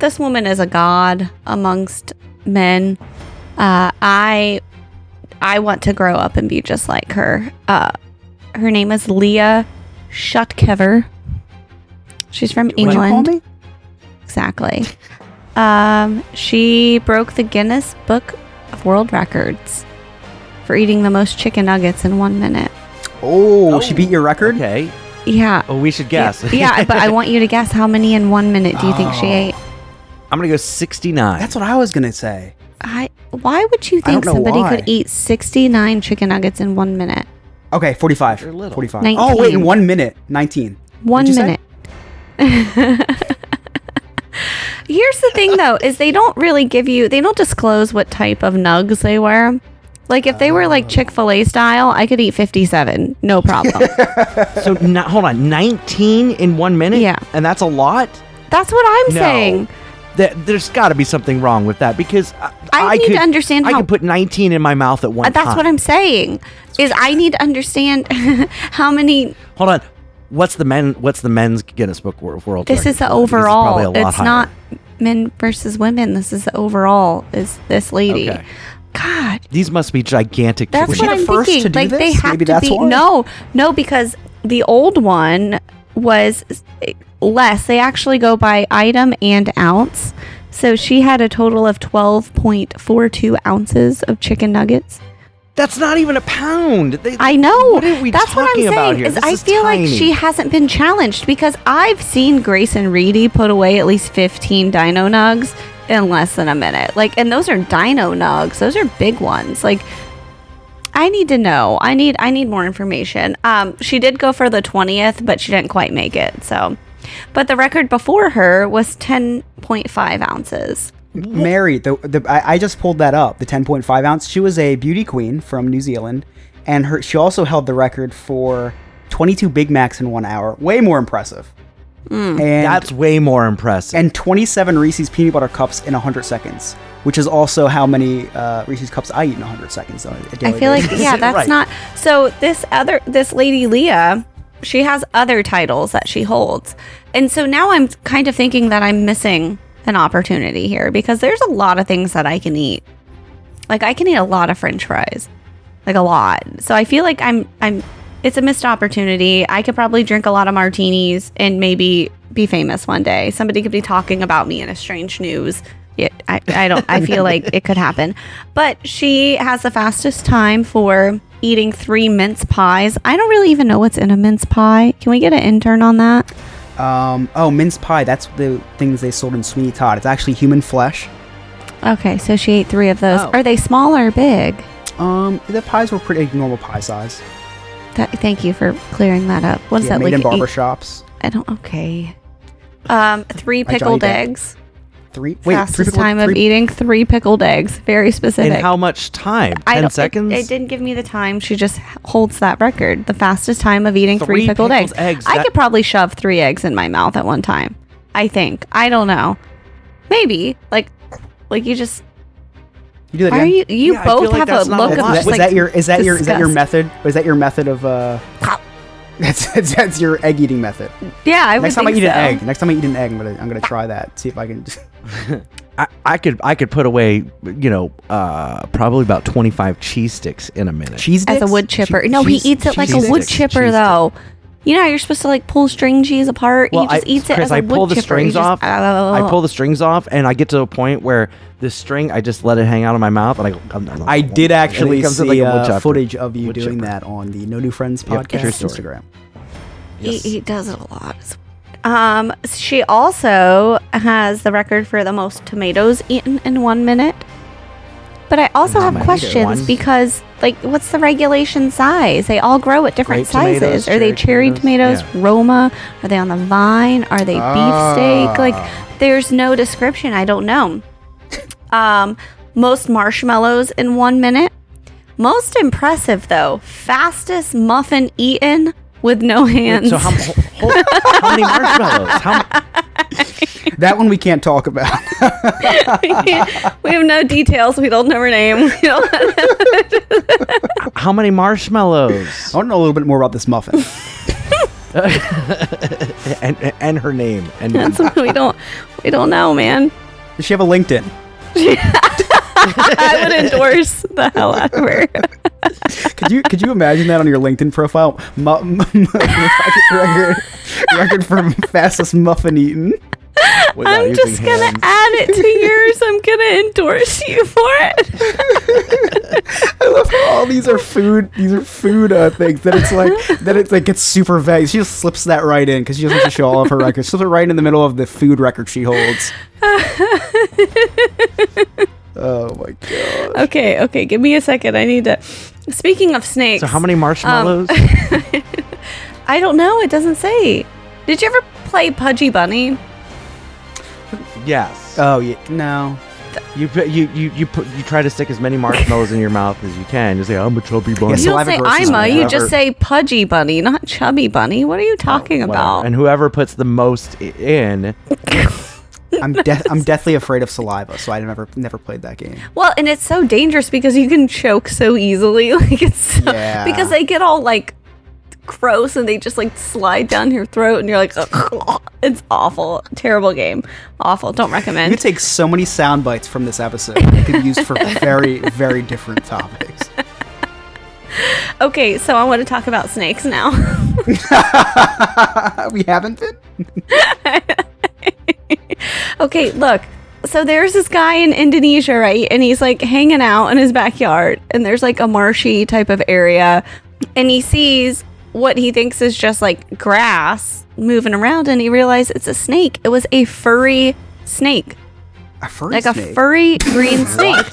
[SPEAKER 2] This woman is a god amongst men. Uh, I I want to grow up and be just like her. Uh, her name is Leah Shutkever. She's from
[SPEAKER 1] What'd you call
[SPEAKER 2] England.
[SPEAKER 1] me?
[SPEAKER 2] Exactly. Um, she broke the Guinness Book of World Records for eating the most chicken nuggets in one minute.
[SPEAKER 1] Oh, she beat your record.
[SPEAKER 3] Okay.
[SPEAKER 2] Yeah.
[SPEAKER 3] Oh, we should guess.
[SPEAKER 2] Yeah, yeah, but I want you to guess how many in one minute do you think she
[SPEAKER 1] Oh.
[SPEAKER 2] ate?
[SPEAKER 3] I'm gonna go 69.
[SPEAKER 1] That's what I was gonna say.
[SPEAKER 2] I. Why would you
[SPEAKER 1] I don't
[SPEAKER 2] think
[SPEAKER 1] know
[SPEAKER 2] somebody
[SPEAKER 1] why.
[SPEAKER 2] could eat sixty-nine chicken nuggets in one minute?
[SPEAKER 1] Okay, forty-five.
[SPEAKER 3] They're little.
[SPEAKER 1] Forty-five.
[SPEAKER 2] Nineteen.
[SPEAKER 1] Oh wait, in one minute, nineteen.
[SPEAKER 2] One
[SPEAKER 1] you say?
[SPEAKER 2] minute. Here's the thing, though, is they don't really give you. They don't disclose what type of nugs they were. Like if they were like Chick Fil A style, I could eat fifty-seven, no problem.
[SPEAKER 3] so no- hold on, 19 in one minute.
[SPEAKER 2] Yeah.
[SPEAKER 3] and that's a lot.
[SPEAKER 2] That's what I'm
[SPEAKER 3] No.
[SPEAKER 2] saying.
[SPEAKER 3] Th- there's got to be something wrong with that because I,
[SPEAKER 2] I need to
[SPEAKER 3] could,
[SPEAKER 2] understand
[SPEAKER 3] I
[SPEAKER 2] how-
[SPEAKER 3] could put 19 in my mouth at one.
[SPEAKER 2] Uh, That's
[SPEAKER 3] time.
[SPEAKER 2] what I'm saying. Is I need to understand how many.
[SPEAKER 3] Hold on. What's the men? What's the men's Guinness Book World? World
[SPEAKER 2] This is the
[SPEAKER 3] Record? Because it's
[SPEAKER 2] overall.
[SPEAKER 3] probably a lot
[SPEAKER 2] it's
[SPEAKER 3] higher.
[SPEAKER 2] not men versus women. This is the overall. Is this lady?
[SPEAKER 3] Okay.
[SPEAKER 2] God,
[SPEAKER 3] These must be gigantic.
[SPEAKER 2] that's
[SPEAKER 1] Was
[SPEAKER 3] chickens.
[SPEAKER 1] she
[SPEAKER 2] what
[SPEAKER 1] the
[SPEAKER 2] I'm
[SPEAKER 1] first
[SPEAKER 2] thinking.
[SPEAKER 1] to do
[SPEAKER 2] like they
[SPEAKER 1] this?
[SPEAKER 2] have
[SPEAKER 1] Maybe
[SPEAKER 2] to
[SPEAKER 1] that's
[SPEAKER 2] be.
[SPEAKER 1] why?
[SPEAKER 2] No, no, because the old one was less. They actually go by item and ounce. So she had a total of twelve point four two ounces of chicken nuggets.
[SPEAKER 3] That's not even a pound. They-
[SPEAKER 2] I know.
[SPEAKER 3] What are we
[SPEAKER 2] That's what I'm
[SPEAKER 3] talking
[SPEAKER 2] saying.
[SPEAKER 3] about here?
[SPEAKER 2] Is
[SPEAKER 3] This
[SPEAKER 2] I
[SPEAKER 3] is
[SPEAKER 2] feel like
[SPEAKER 3] tiny.
[SPEAKER 2] she hasn't been challenged because I've seen Grayson Reedy put away at least 15 dino nugs in less than a minute. Like, and those are dino nugs. Those are big ones. Like, I need to know. I need. I need more information. Um, she did go for the 20th, but she didn't quite make it. So, but the record before her was 10.5 ounces.
[SPEAKER 1] Mary, the, the I, I just pulled that up. The 10.5 ounce. She was a beauty queen from New Zealand, and her she also held the record for 22 Big Macs in one hour. Way more impressive. And
[SPEAKER 3] Hmm. That's way more impressive.
[SPEAKER 1] and 27 Reese's peanut butter cups in 100 seconds, which is also how many uh, Reese's cups I eat in 100 seconds on a
[SPEAKER 2] I
[SPEAKER 1] daily
[SPEAKER 2] feel like
[SPEAKER 1] basis.
[SPEAKER 2] yeah, that's
[SPEAKER 3] Right.
[SPEAKER 2] not so this other this lady Leah, she has other titles that she holds. And so now I'm kind of thinking that I'm missing an opportunity here because there's a lot of things that I can eat. Like I can eat a lot of french fries. Like a lot. So I feel like I'm I'm it's a missed opportunity. I could probably drink a lot of martinis and maybe be famous one day. Somebody could be talking about me in a strange news. It, I, I don't. I feel like it could happen. But she has the fastest time for eating three mince pies. I don't really even know what's in a mince pie. Can we get an intern on that?
[SPEAKER 1] Um, oh, mince pie. That's the things they sold in Sweeney Todd. It's actually human flesh.
[SPEAKER 2] Okay, so she ate three of those. Are they small or big?
[SPEAKER 1] Um, the pies were pretty normal pie size.
[SPEAKER 2] That, thank you for clearing that up. What's
[SPEAKER 1] Yeah,
[SPEAKER 2] that
[SPEAKER 1] made
[SPEAKER 2] like?
[SPEAKER 1] in
[SPEAKER 2] eight-
[SPEAKER 1] barbershops.
[SPEAKER 2] I don't. Okay. Um, three
[SPEAKER 1] Johnny
[SPEAKER 2] pickled
[SPEAKER 1] Depp.
[SPEAKER 2] eggs.
[SPEAKER 1] Three. Wait, three
[SPEAKER 2] fastest
[SPEAKER 1] pickled-
[SPEAKER 2] time of
[SPEAKER 1] three-
[SPEAKER 2] eating three pickled eggs. Very specific.
[SPEAKER 3] And how much time?
[SPEAKER 2] I
[SPEAKER 3] Ten
[SPEAKER 2] don't- it-
[SPEAKER 3] seconds.
[SPEAKER 2] It, didn't give me the time. She just h- holds that record. The fastest time of eating three,
[SPEAKER 3] Three
[SPEAKER 2] pickled,
[SPEAKER 3] pickled
[SPEAKER 2] eggs.
[SPEAKER 3] eggs,
[SPEAKER 2] I
[SPEAKER 3] that-
[SPEAKER 2] could probably shove three eggs in my mouth at one time. I think. I don't know. Maybe. Like like you just
[SPEAKER 1] You do that
[SPEAKER 2] why are
[SPEAKER 1] again?
[SPEAKER 2] you you
[SPEAKER 3] Yeah, I feel
[SPEAKER 2] both
[SPEAKER 3] like
[SPEAKER 2] have a
[SPEAKER 3] that's not
[SPEAKER 2] look
[SPEAKER 3] a
[SPEAKER 2] of
[SPEAKER 3] lot.
[SPEAKER 1] Is,
[SPEAKER 2] just
[SPEAKER 1] that- is
[SPEAKER 2] like
[SPEAKER 1] that your is that your is that your
[SPEAKER 2] disgust.
[SPEAKER 1] method? Or is that your method of uh? That's that's, that's your egg eating method.
[SPEAKER 2] Yeah, I would
[SPEAKER 1] next time I
[SPEAKER 2] think
[SPEAKER 1] eat
[SPEAKER 2] so.
[SPEAKER 1] an egg, next time I eat an egg, I'm gonna I'm gonna try that. See if I can.
[SPEAKER 3] I, I could I could put away you know uh, probably about twenty five cheese sticks in a minute.
[SPEAKER 1] cheese
[SPEAKER 2] as a
[SPEAKER 1] dicks?
[SPEAKER 2] wood chipper. no, he
[SPEAKER 1] cheese-
[SPEAKER 2] eats it like a
[SPEAKER 1] cheese
[SPEAKER 2] wood
[SPEAKER 1] dicks,
[SPEAKER 2] chipper
[SPEAKER 3] cheese
[SPEAKER 2] though. You know how you're supposed to like pull string cheese apart.
[SPEAKER 3] Well,
[SPEAKER 2] he just
[SPEAKER 3] I,
[SPEAKER 2] eats it
[SPEAKER 3] Chris,
[SPEAKER 2] as a
[SPEAKER 3] I
[SPEAKER 2] wood
[SPEAKER 3] pull the
[SPEAKER 2] chipper. He
[SPEAKER 3] strings
[SPEAKER 2] just-
[SPEAKER 3] off. I pull the strings off, and I get to a point where the string I just let it hang out of my mouth, and I go. "Nom, nom, nom,
[SPEAKER 1] I
[SPEAKER 3] nom,"
[SPEAKER 1] did
[SPEAKER 3] and it
[SPEAKER 1] actually
[SPEAKER 3] comes
[SPEAKER 1] see
[SPEAKER 3] with, like, a wood
[SPEAKER 1] uh,
[SPEAKER 3] chopper.
[SPEAKER 1] footage of you
[SPEAKER 3] Wood
[SPEAKER 1] doing
[SPEAKER 3] chopper.
[SPEAKER 1] that on the No New Friends
[SPEAKER 3] Yep,
[SPEAKER 1] podcast
[SPEAKER 3] true story.
[SPEAKER 1] Instagram.
[SPEAKER 2] He, he does it a lot. Um, she also has the record for the most tomatoes eaten in one minute. But I also have
[SPEAKER 3] Tomato
[SPEAKER 2] questions
[SPEAKER 3] one?
[SPEAKER 2] because, like, what's the regulation size? They all grow at different
[SPEAKER 3] Grape
[SPEAKER 2] sizes.
[SPEAKER 3] tomatoes,
[SPEAKER 2] Are they
[SPEAKER 3] cherry
[SPEAKER 2] cherry
[SPEAKER 3] tomatoes?
[SPEAKER 2] tomatoes, Roma? Are they on the vine? Are they beefsteak?
[SPEAKER 3] Ah.
[SPEAKER 2] Like, there's no description. I don't know. Um, most marshmallows in one minute. Most impressive though, fastest muffin eaten with no hands.
[SPEAKER 3] So how, ho- ho- how many marshmallows? How,
[SPEAKER 1] That one we can't talk about.
[SPEAKER 2] we have no details. We don't know her name. We don't-
[SPEAKER 3] how many marshmallows?
[SPEAKER 1] I want to know a little bit more about this muffin.
[SPEAKER 3] And and her name and
[SPEAKER 2] that's what we don't. We don't know, man.
[SPEAKER 1] Does she have a LinkedIn?
[SPEAKER 2] I would endorse the hell out of her.
[SPEAKER 1] Could you could you imagine that on your LinkedIn profile? Mu- m- m- record, record for fastest muffin eaten.
[SPEAKER 3] without
[SPEAKER 2] I'm
[SPEAKER 3] using
[SPEAKER 2] just gonna
[SPEAKER 3] hands.
[SPEAKER 2] add it to yours. I'm gonna endorse you for it.
[SPEAKER 1] All these are food. These are food uh, things. That it's like that it's like it's super vague. She just slips that right in because she doesn't want to show all of her records. Slips it right in the middle of the food record she holds. oh my god!
[SPEAKER 2] Okay, okay. Give me a second. I need to. Speaking of snakes,
[SPEAKER 3] So how many marshmallows?
[SPEAKER 2] I don't know. It doesn't say. Did you ever play Pudgy Bunny?
[SPEAKER 3] yes.
[SPEAKER 1] Oh yeah, no.
[SPEAKER 3] you put- you you you put, you try to stick as many marshmallows in your mouth as you can. You say I'm a chubby bunny.
[SPEAKER 1] Yes,
[SPEAKER 2] You don't
[SPEAKER 1] saliva
[SPEAKER 2] say
[SPEAKER 1] versus
[SPEAKER 2] I'm a, you
[SPEAKER 1] whatever.
[SPEAKER 2] just say pudgy bunny, not chubby bunny. What are you talking
[SPEAKER 3] Whatever.
[SPEAKER 2] about?
[SPEAKER 3] And whoever puts the most i- in,
[SPEAKER 1] I'm death. I'm deathly afraid of saliva, so I never never played that game.
[SPEAKER 2] well, and it's so dangerous because you can choke so easily. Like it's so,
[SPEAKER 1] Yeah.
[SPEAKER 2] because they get all like gross and they just like slide down your throat and you're like "Ugh." it's awful. Terrible game. Awful. Don't
[SPEAKER 1] You could
[SPEAKER 2] recommend.
[SPEAKER 1] take so many sound bites from this episode. It could be used for very very different topics.
[SPEAKER 2] okay, so I want to talk about snakes now.
[SPEAKER 1] we haven't been.
[SPEAKER 2] okay, look. So there's this guy in Indonesia, right? And he's like hanging out in his backyard, and there's like a marshy type of area, and he sees what he thinks is just like grass moving around, and he realized it's a snake. It was a furry snake,
[SPEAKER 1] A furry
[SPEAKER 2] like
[SPEAKER 1] snake.
[SPEAKER 2] a furry green snake.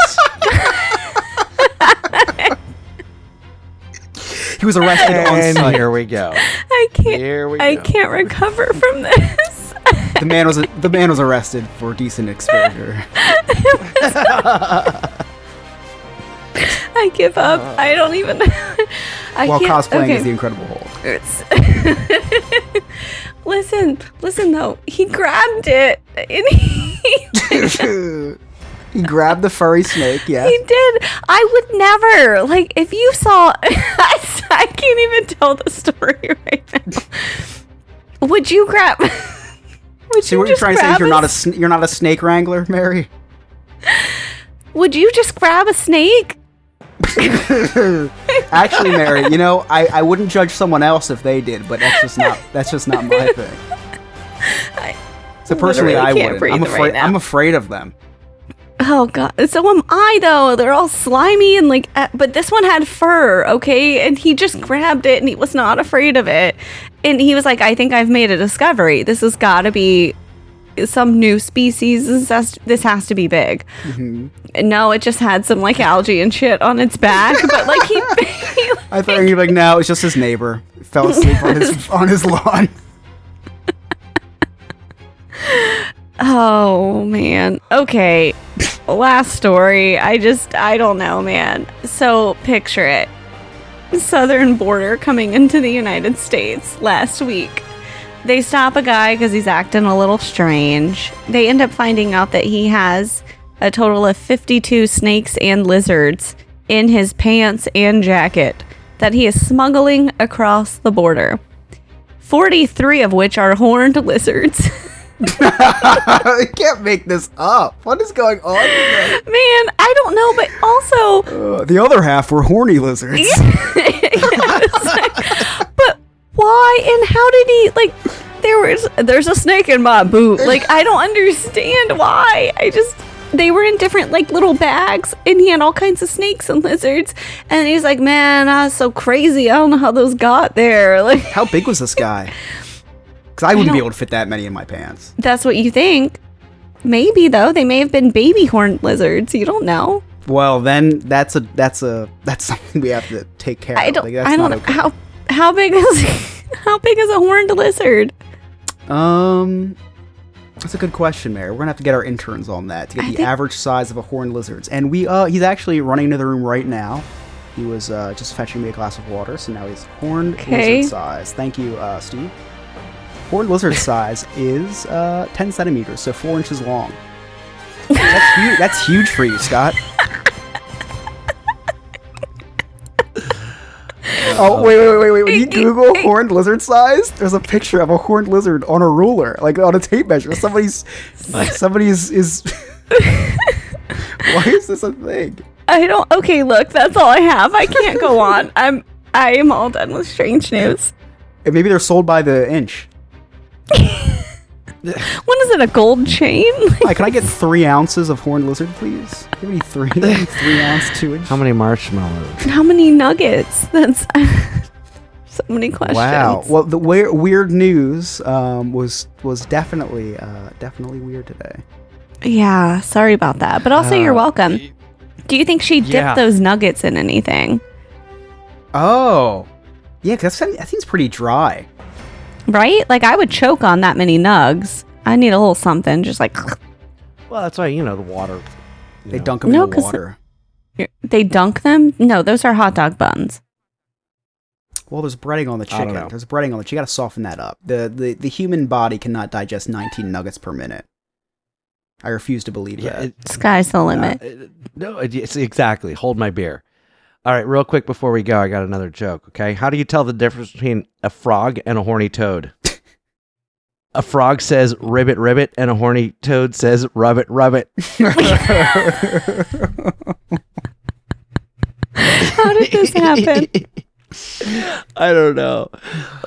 [SPEAKER 1] He was arrested on
[SPEAKER 3] and
[SPEAKER 1] site.
[SPEAKER 3] here we go.
[SPEAKER 2] I can't.
[SPEAKER 3] Here we
[SPEAKER 2] I
[SPEAKER 3] go.
[SPEAKER 2] can't recover from this.
[SPEAKER 1] The man was the man was arrested for decent exposure.
[SPEAKER 2] I give up. I don't even. I
[SPEAKER 1] While
[SPEAKER 2] can't-
[SPEAKER 1] cosplaying
[SPEAKER 2] okay.
[SPEAKER 1] as the Incredible Hulk.
[SPEAKER 2] It's listen, listen though. He grabbed it and he,
[SPEAKER 1] He grabbed the furry snake. Yeah.
[SPEAKER 2] he did. I would never like if you saw. I, can't even tell the story right now. Would you grab? Would
[SPEAKER 1] So
[SPEAKER 2] you
[SPEAKER 1] what you're
[SPEAKER 2] just
[SPEAKER 1] trying to say is
[SPEAKER 2] grab
[SPEAKER 1] you're
[SPEAKER 2] a
[SPEAKER 1] not a
[SPEAKER 2] s-
[SPEAKER 1] sn- you're not a snake wrangler, Mary.
[SPEAKER 2] Would you just grab a snake?
[SPEAKER 1] Actually, Mary, you know I, I wouldn't judge someone else if they did, but that's just not that's just not my thing. So personally,
[SPEAKER 2] literally
[SPEAKER 1] I
[SPEAKER 2] can't
[SPEAKER 1] wouldn't. I'm
[SPEAKER 2] breathe right
[SPEAKER 1] afraid.
[SPEAKER 2] now.
[SPEAKER 1] I'm afraid of them.
[SPEAKER 2] Oh god, so am I though. They're all slimy and like, uh, but this one had fur, okay? And he just grabbed it and he was not afraid of it. And he was like, I think I've made a discovery. This has got to be some new species. This has, this has to be big. And No, it just had some like algae and shit on its back, but like he, he
[SPEAKER 1] I thought you'd be like, no, it's just his neighbor fell asleep on his on his lawn.
[SPEAKER 2] Oh man. Okay. Last story. I just I don't know, man. So picture it. Southern border coming into the United States last week. They stop a guy cuz he's acting a little strange. They end up finding out that he has a total of 52 snakes and lizards in his pants and jacket that he is smuggling across the border. 43 of which are horned lizards.
[SPEAKER 1] I can't make this up. What is going on? here?
[SPEAKER 2] Man, I don't know, but also,
[SPEAKER 1] Uh, the other half were horny lizards.
[SPEAKER 2] but why and how did he like? There was there's a snake in my boot. Like I don't understand why. I just they were in different like little bags, and he had all kinds of snakes and lizards. And he's like, man, I was so crazy. I don't know how those got there. Like
[SPEAKER 1] How big was this guy? Because I wouldn't be
[SPEAKER 2] don't-
[SPEAKER 1] able to fit that many in my pants.
[SPEAKER 2] that's what you think. Maybe though, they may have been baby horned lizards. You don't know.
[SPEAKER 1] Well, then that's a that's a that's something we have to take care
[SPEAKER 2] I
[SPEAKER 1] of.
[SPEAKER 2] don't.
[SPEAKER 1] Like, that's
[SPEAKER 2] I don't
[SPEAKER 1] not
[SPEAKER 2] know how how big is how big is a horned lizard?
[SPEAKER 1] okay. Um, that's a good question, Mary. We're gonna have to get our interns on that to get
[SPEAKER 2] I
[SPEAKER 1] the
[SPEAKER 2] think-
[SPEAKER 1] average size of a horned lizard's. And we uh, he's actually running into the room right now. He was uh, just fetching me a glass of water, so now he's horned
[SPEAKER 2] Okay.
[SPEAKER 1] lizard size. Thank you, uh, Steve. Horned lizard size is uh, 10 centimeters, so four inches long. That's huge. That's huge for you, Scott. Oh wait, wait, wait, wait! When you Google horned lizard size, there's a picture of a horned lizard on a ruler, like on a tape measure. Somebody's, somebody's is. Why is this a thing?
[SPEAKER 2] I don't. Okay, look, that's all I have. I can't go on. I'm. I am all done with strange news.
[SPEAKER 1] And maybe they're sold by the inch.
[SPEAKER 2] When is it a gold chain?
[SPEAKER 1] Hi, can I get three ounces of horned lizard, please? Give me three, three ounce, two inch.
[SPEAKER 3] How many marshmallows?
[SPEAKER 2] How many nuggets? That's so many questions.
[SPEAKER 1] Wow. Well, the weird, weird news um, was was definitely uh, definitely weird today.
[SPEAKER 2] Yeah. Sorry about that. But also,
[SPEAKER 1] uh,
[SPEAKER 2] you're welcome. Do you think she dipped
[SPEAKER 6] yeah.
[SPEAKER 2] those nuggets in anything?
[SPEAKER 1] Oh, yeah, 'cause that's that seems pretty dry.
[SPEAKER 2] Right? Like I would choke on that many nugs. I need a little something, just like
[SPEAKER 3] Well, that's why you know the water.
[SPEAKER 1] They dunk them
[SPEAKER 2] No,
[SPEAKER 1] in the
[SPEAKER 2] 'cause-
[SPEAKER 1] water.
[SPEAKER 2] they dunk them. No, those are hot dog buns.
[SPEAKER 1] Well, there's breading on the
[SPEAKER 3] I don't
[SPEAKER 1] chicken.
[SPEAKER 3] know.
[SPEAKER 1] There's breading on the. You got to soften that up. The, the the human body cannot digest 19 nuggets per minute. I refuse to believe
[SPEAKER 3] Yeah,
[SPEAKER 1] that.
[SPEAKER 3] it-
[SPEAKER 2] Sky's the limit.
[SPEAKER 3] Uh, it- no, it- it's exactly. Hold my beer. All right, real quick before we go, I got another joke. Okay, how do you tell the difference between a frog and a horny toad? a frog says ribbit ribbit, and a horny toad says rubbit rubbit.
[SPEAKER 2] How did this happen?
[SPEAKER 3] I don't know.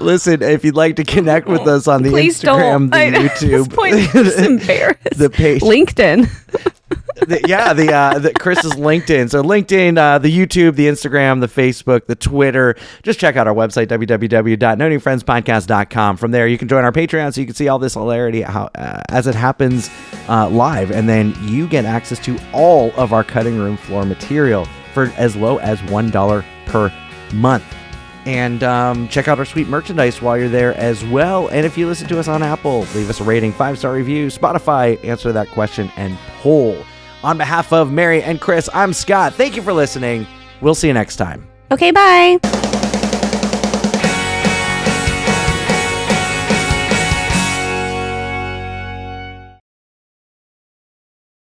[SPEAKER 3] Listen, if you'd like to connect with us on the
[SPEAKER 2] Please
[SPEAKER 3] Instagram,
[SPEAKER 2] don't. I-
[SPEAKER 3] the
[SPEAKER 2] at this
[SPEAKER 3] YouTube,
[SPEAKER 2] point, I'm just embarrassed.
[SPEAKER 3] the page,
[SPEAKER 2] LinkedIn.
[SPEAKER 3] the- yeah, the uh, the Chris's LinkedIn. So LinkedIn, uh, the YouTube, the Instagram, the Facebook, the Twitter. Just check out our website www.nonewfriendspodcast.com. From there, you can join our Patreon, so you can see all this hilarity how, uh, as it happens uh, live, and then you get access to all of our cutting room floor material for as low as one dollar per month and um, check out our sweet merchandise while you're there as well. And if you listen to us on Apple, leave us a rating, five star review, Spotify, answer that question and poll. On behalf of Mary and Chris, I'm Scott. Thank you for listening. We'll see you next time.
[SPEAKER 2] Okay, bye.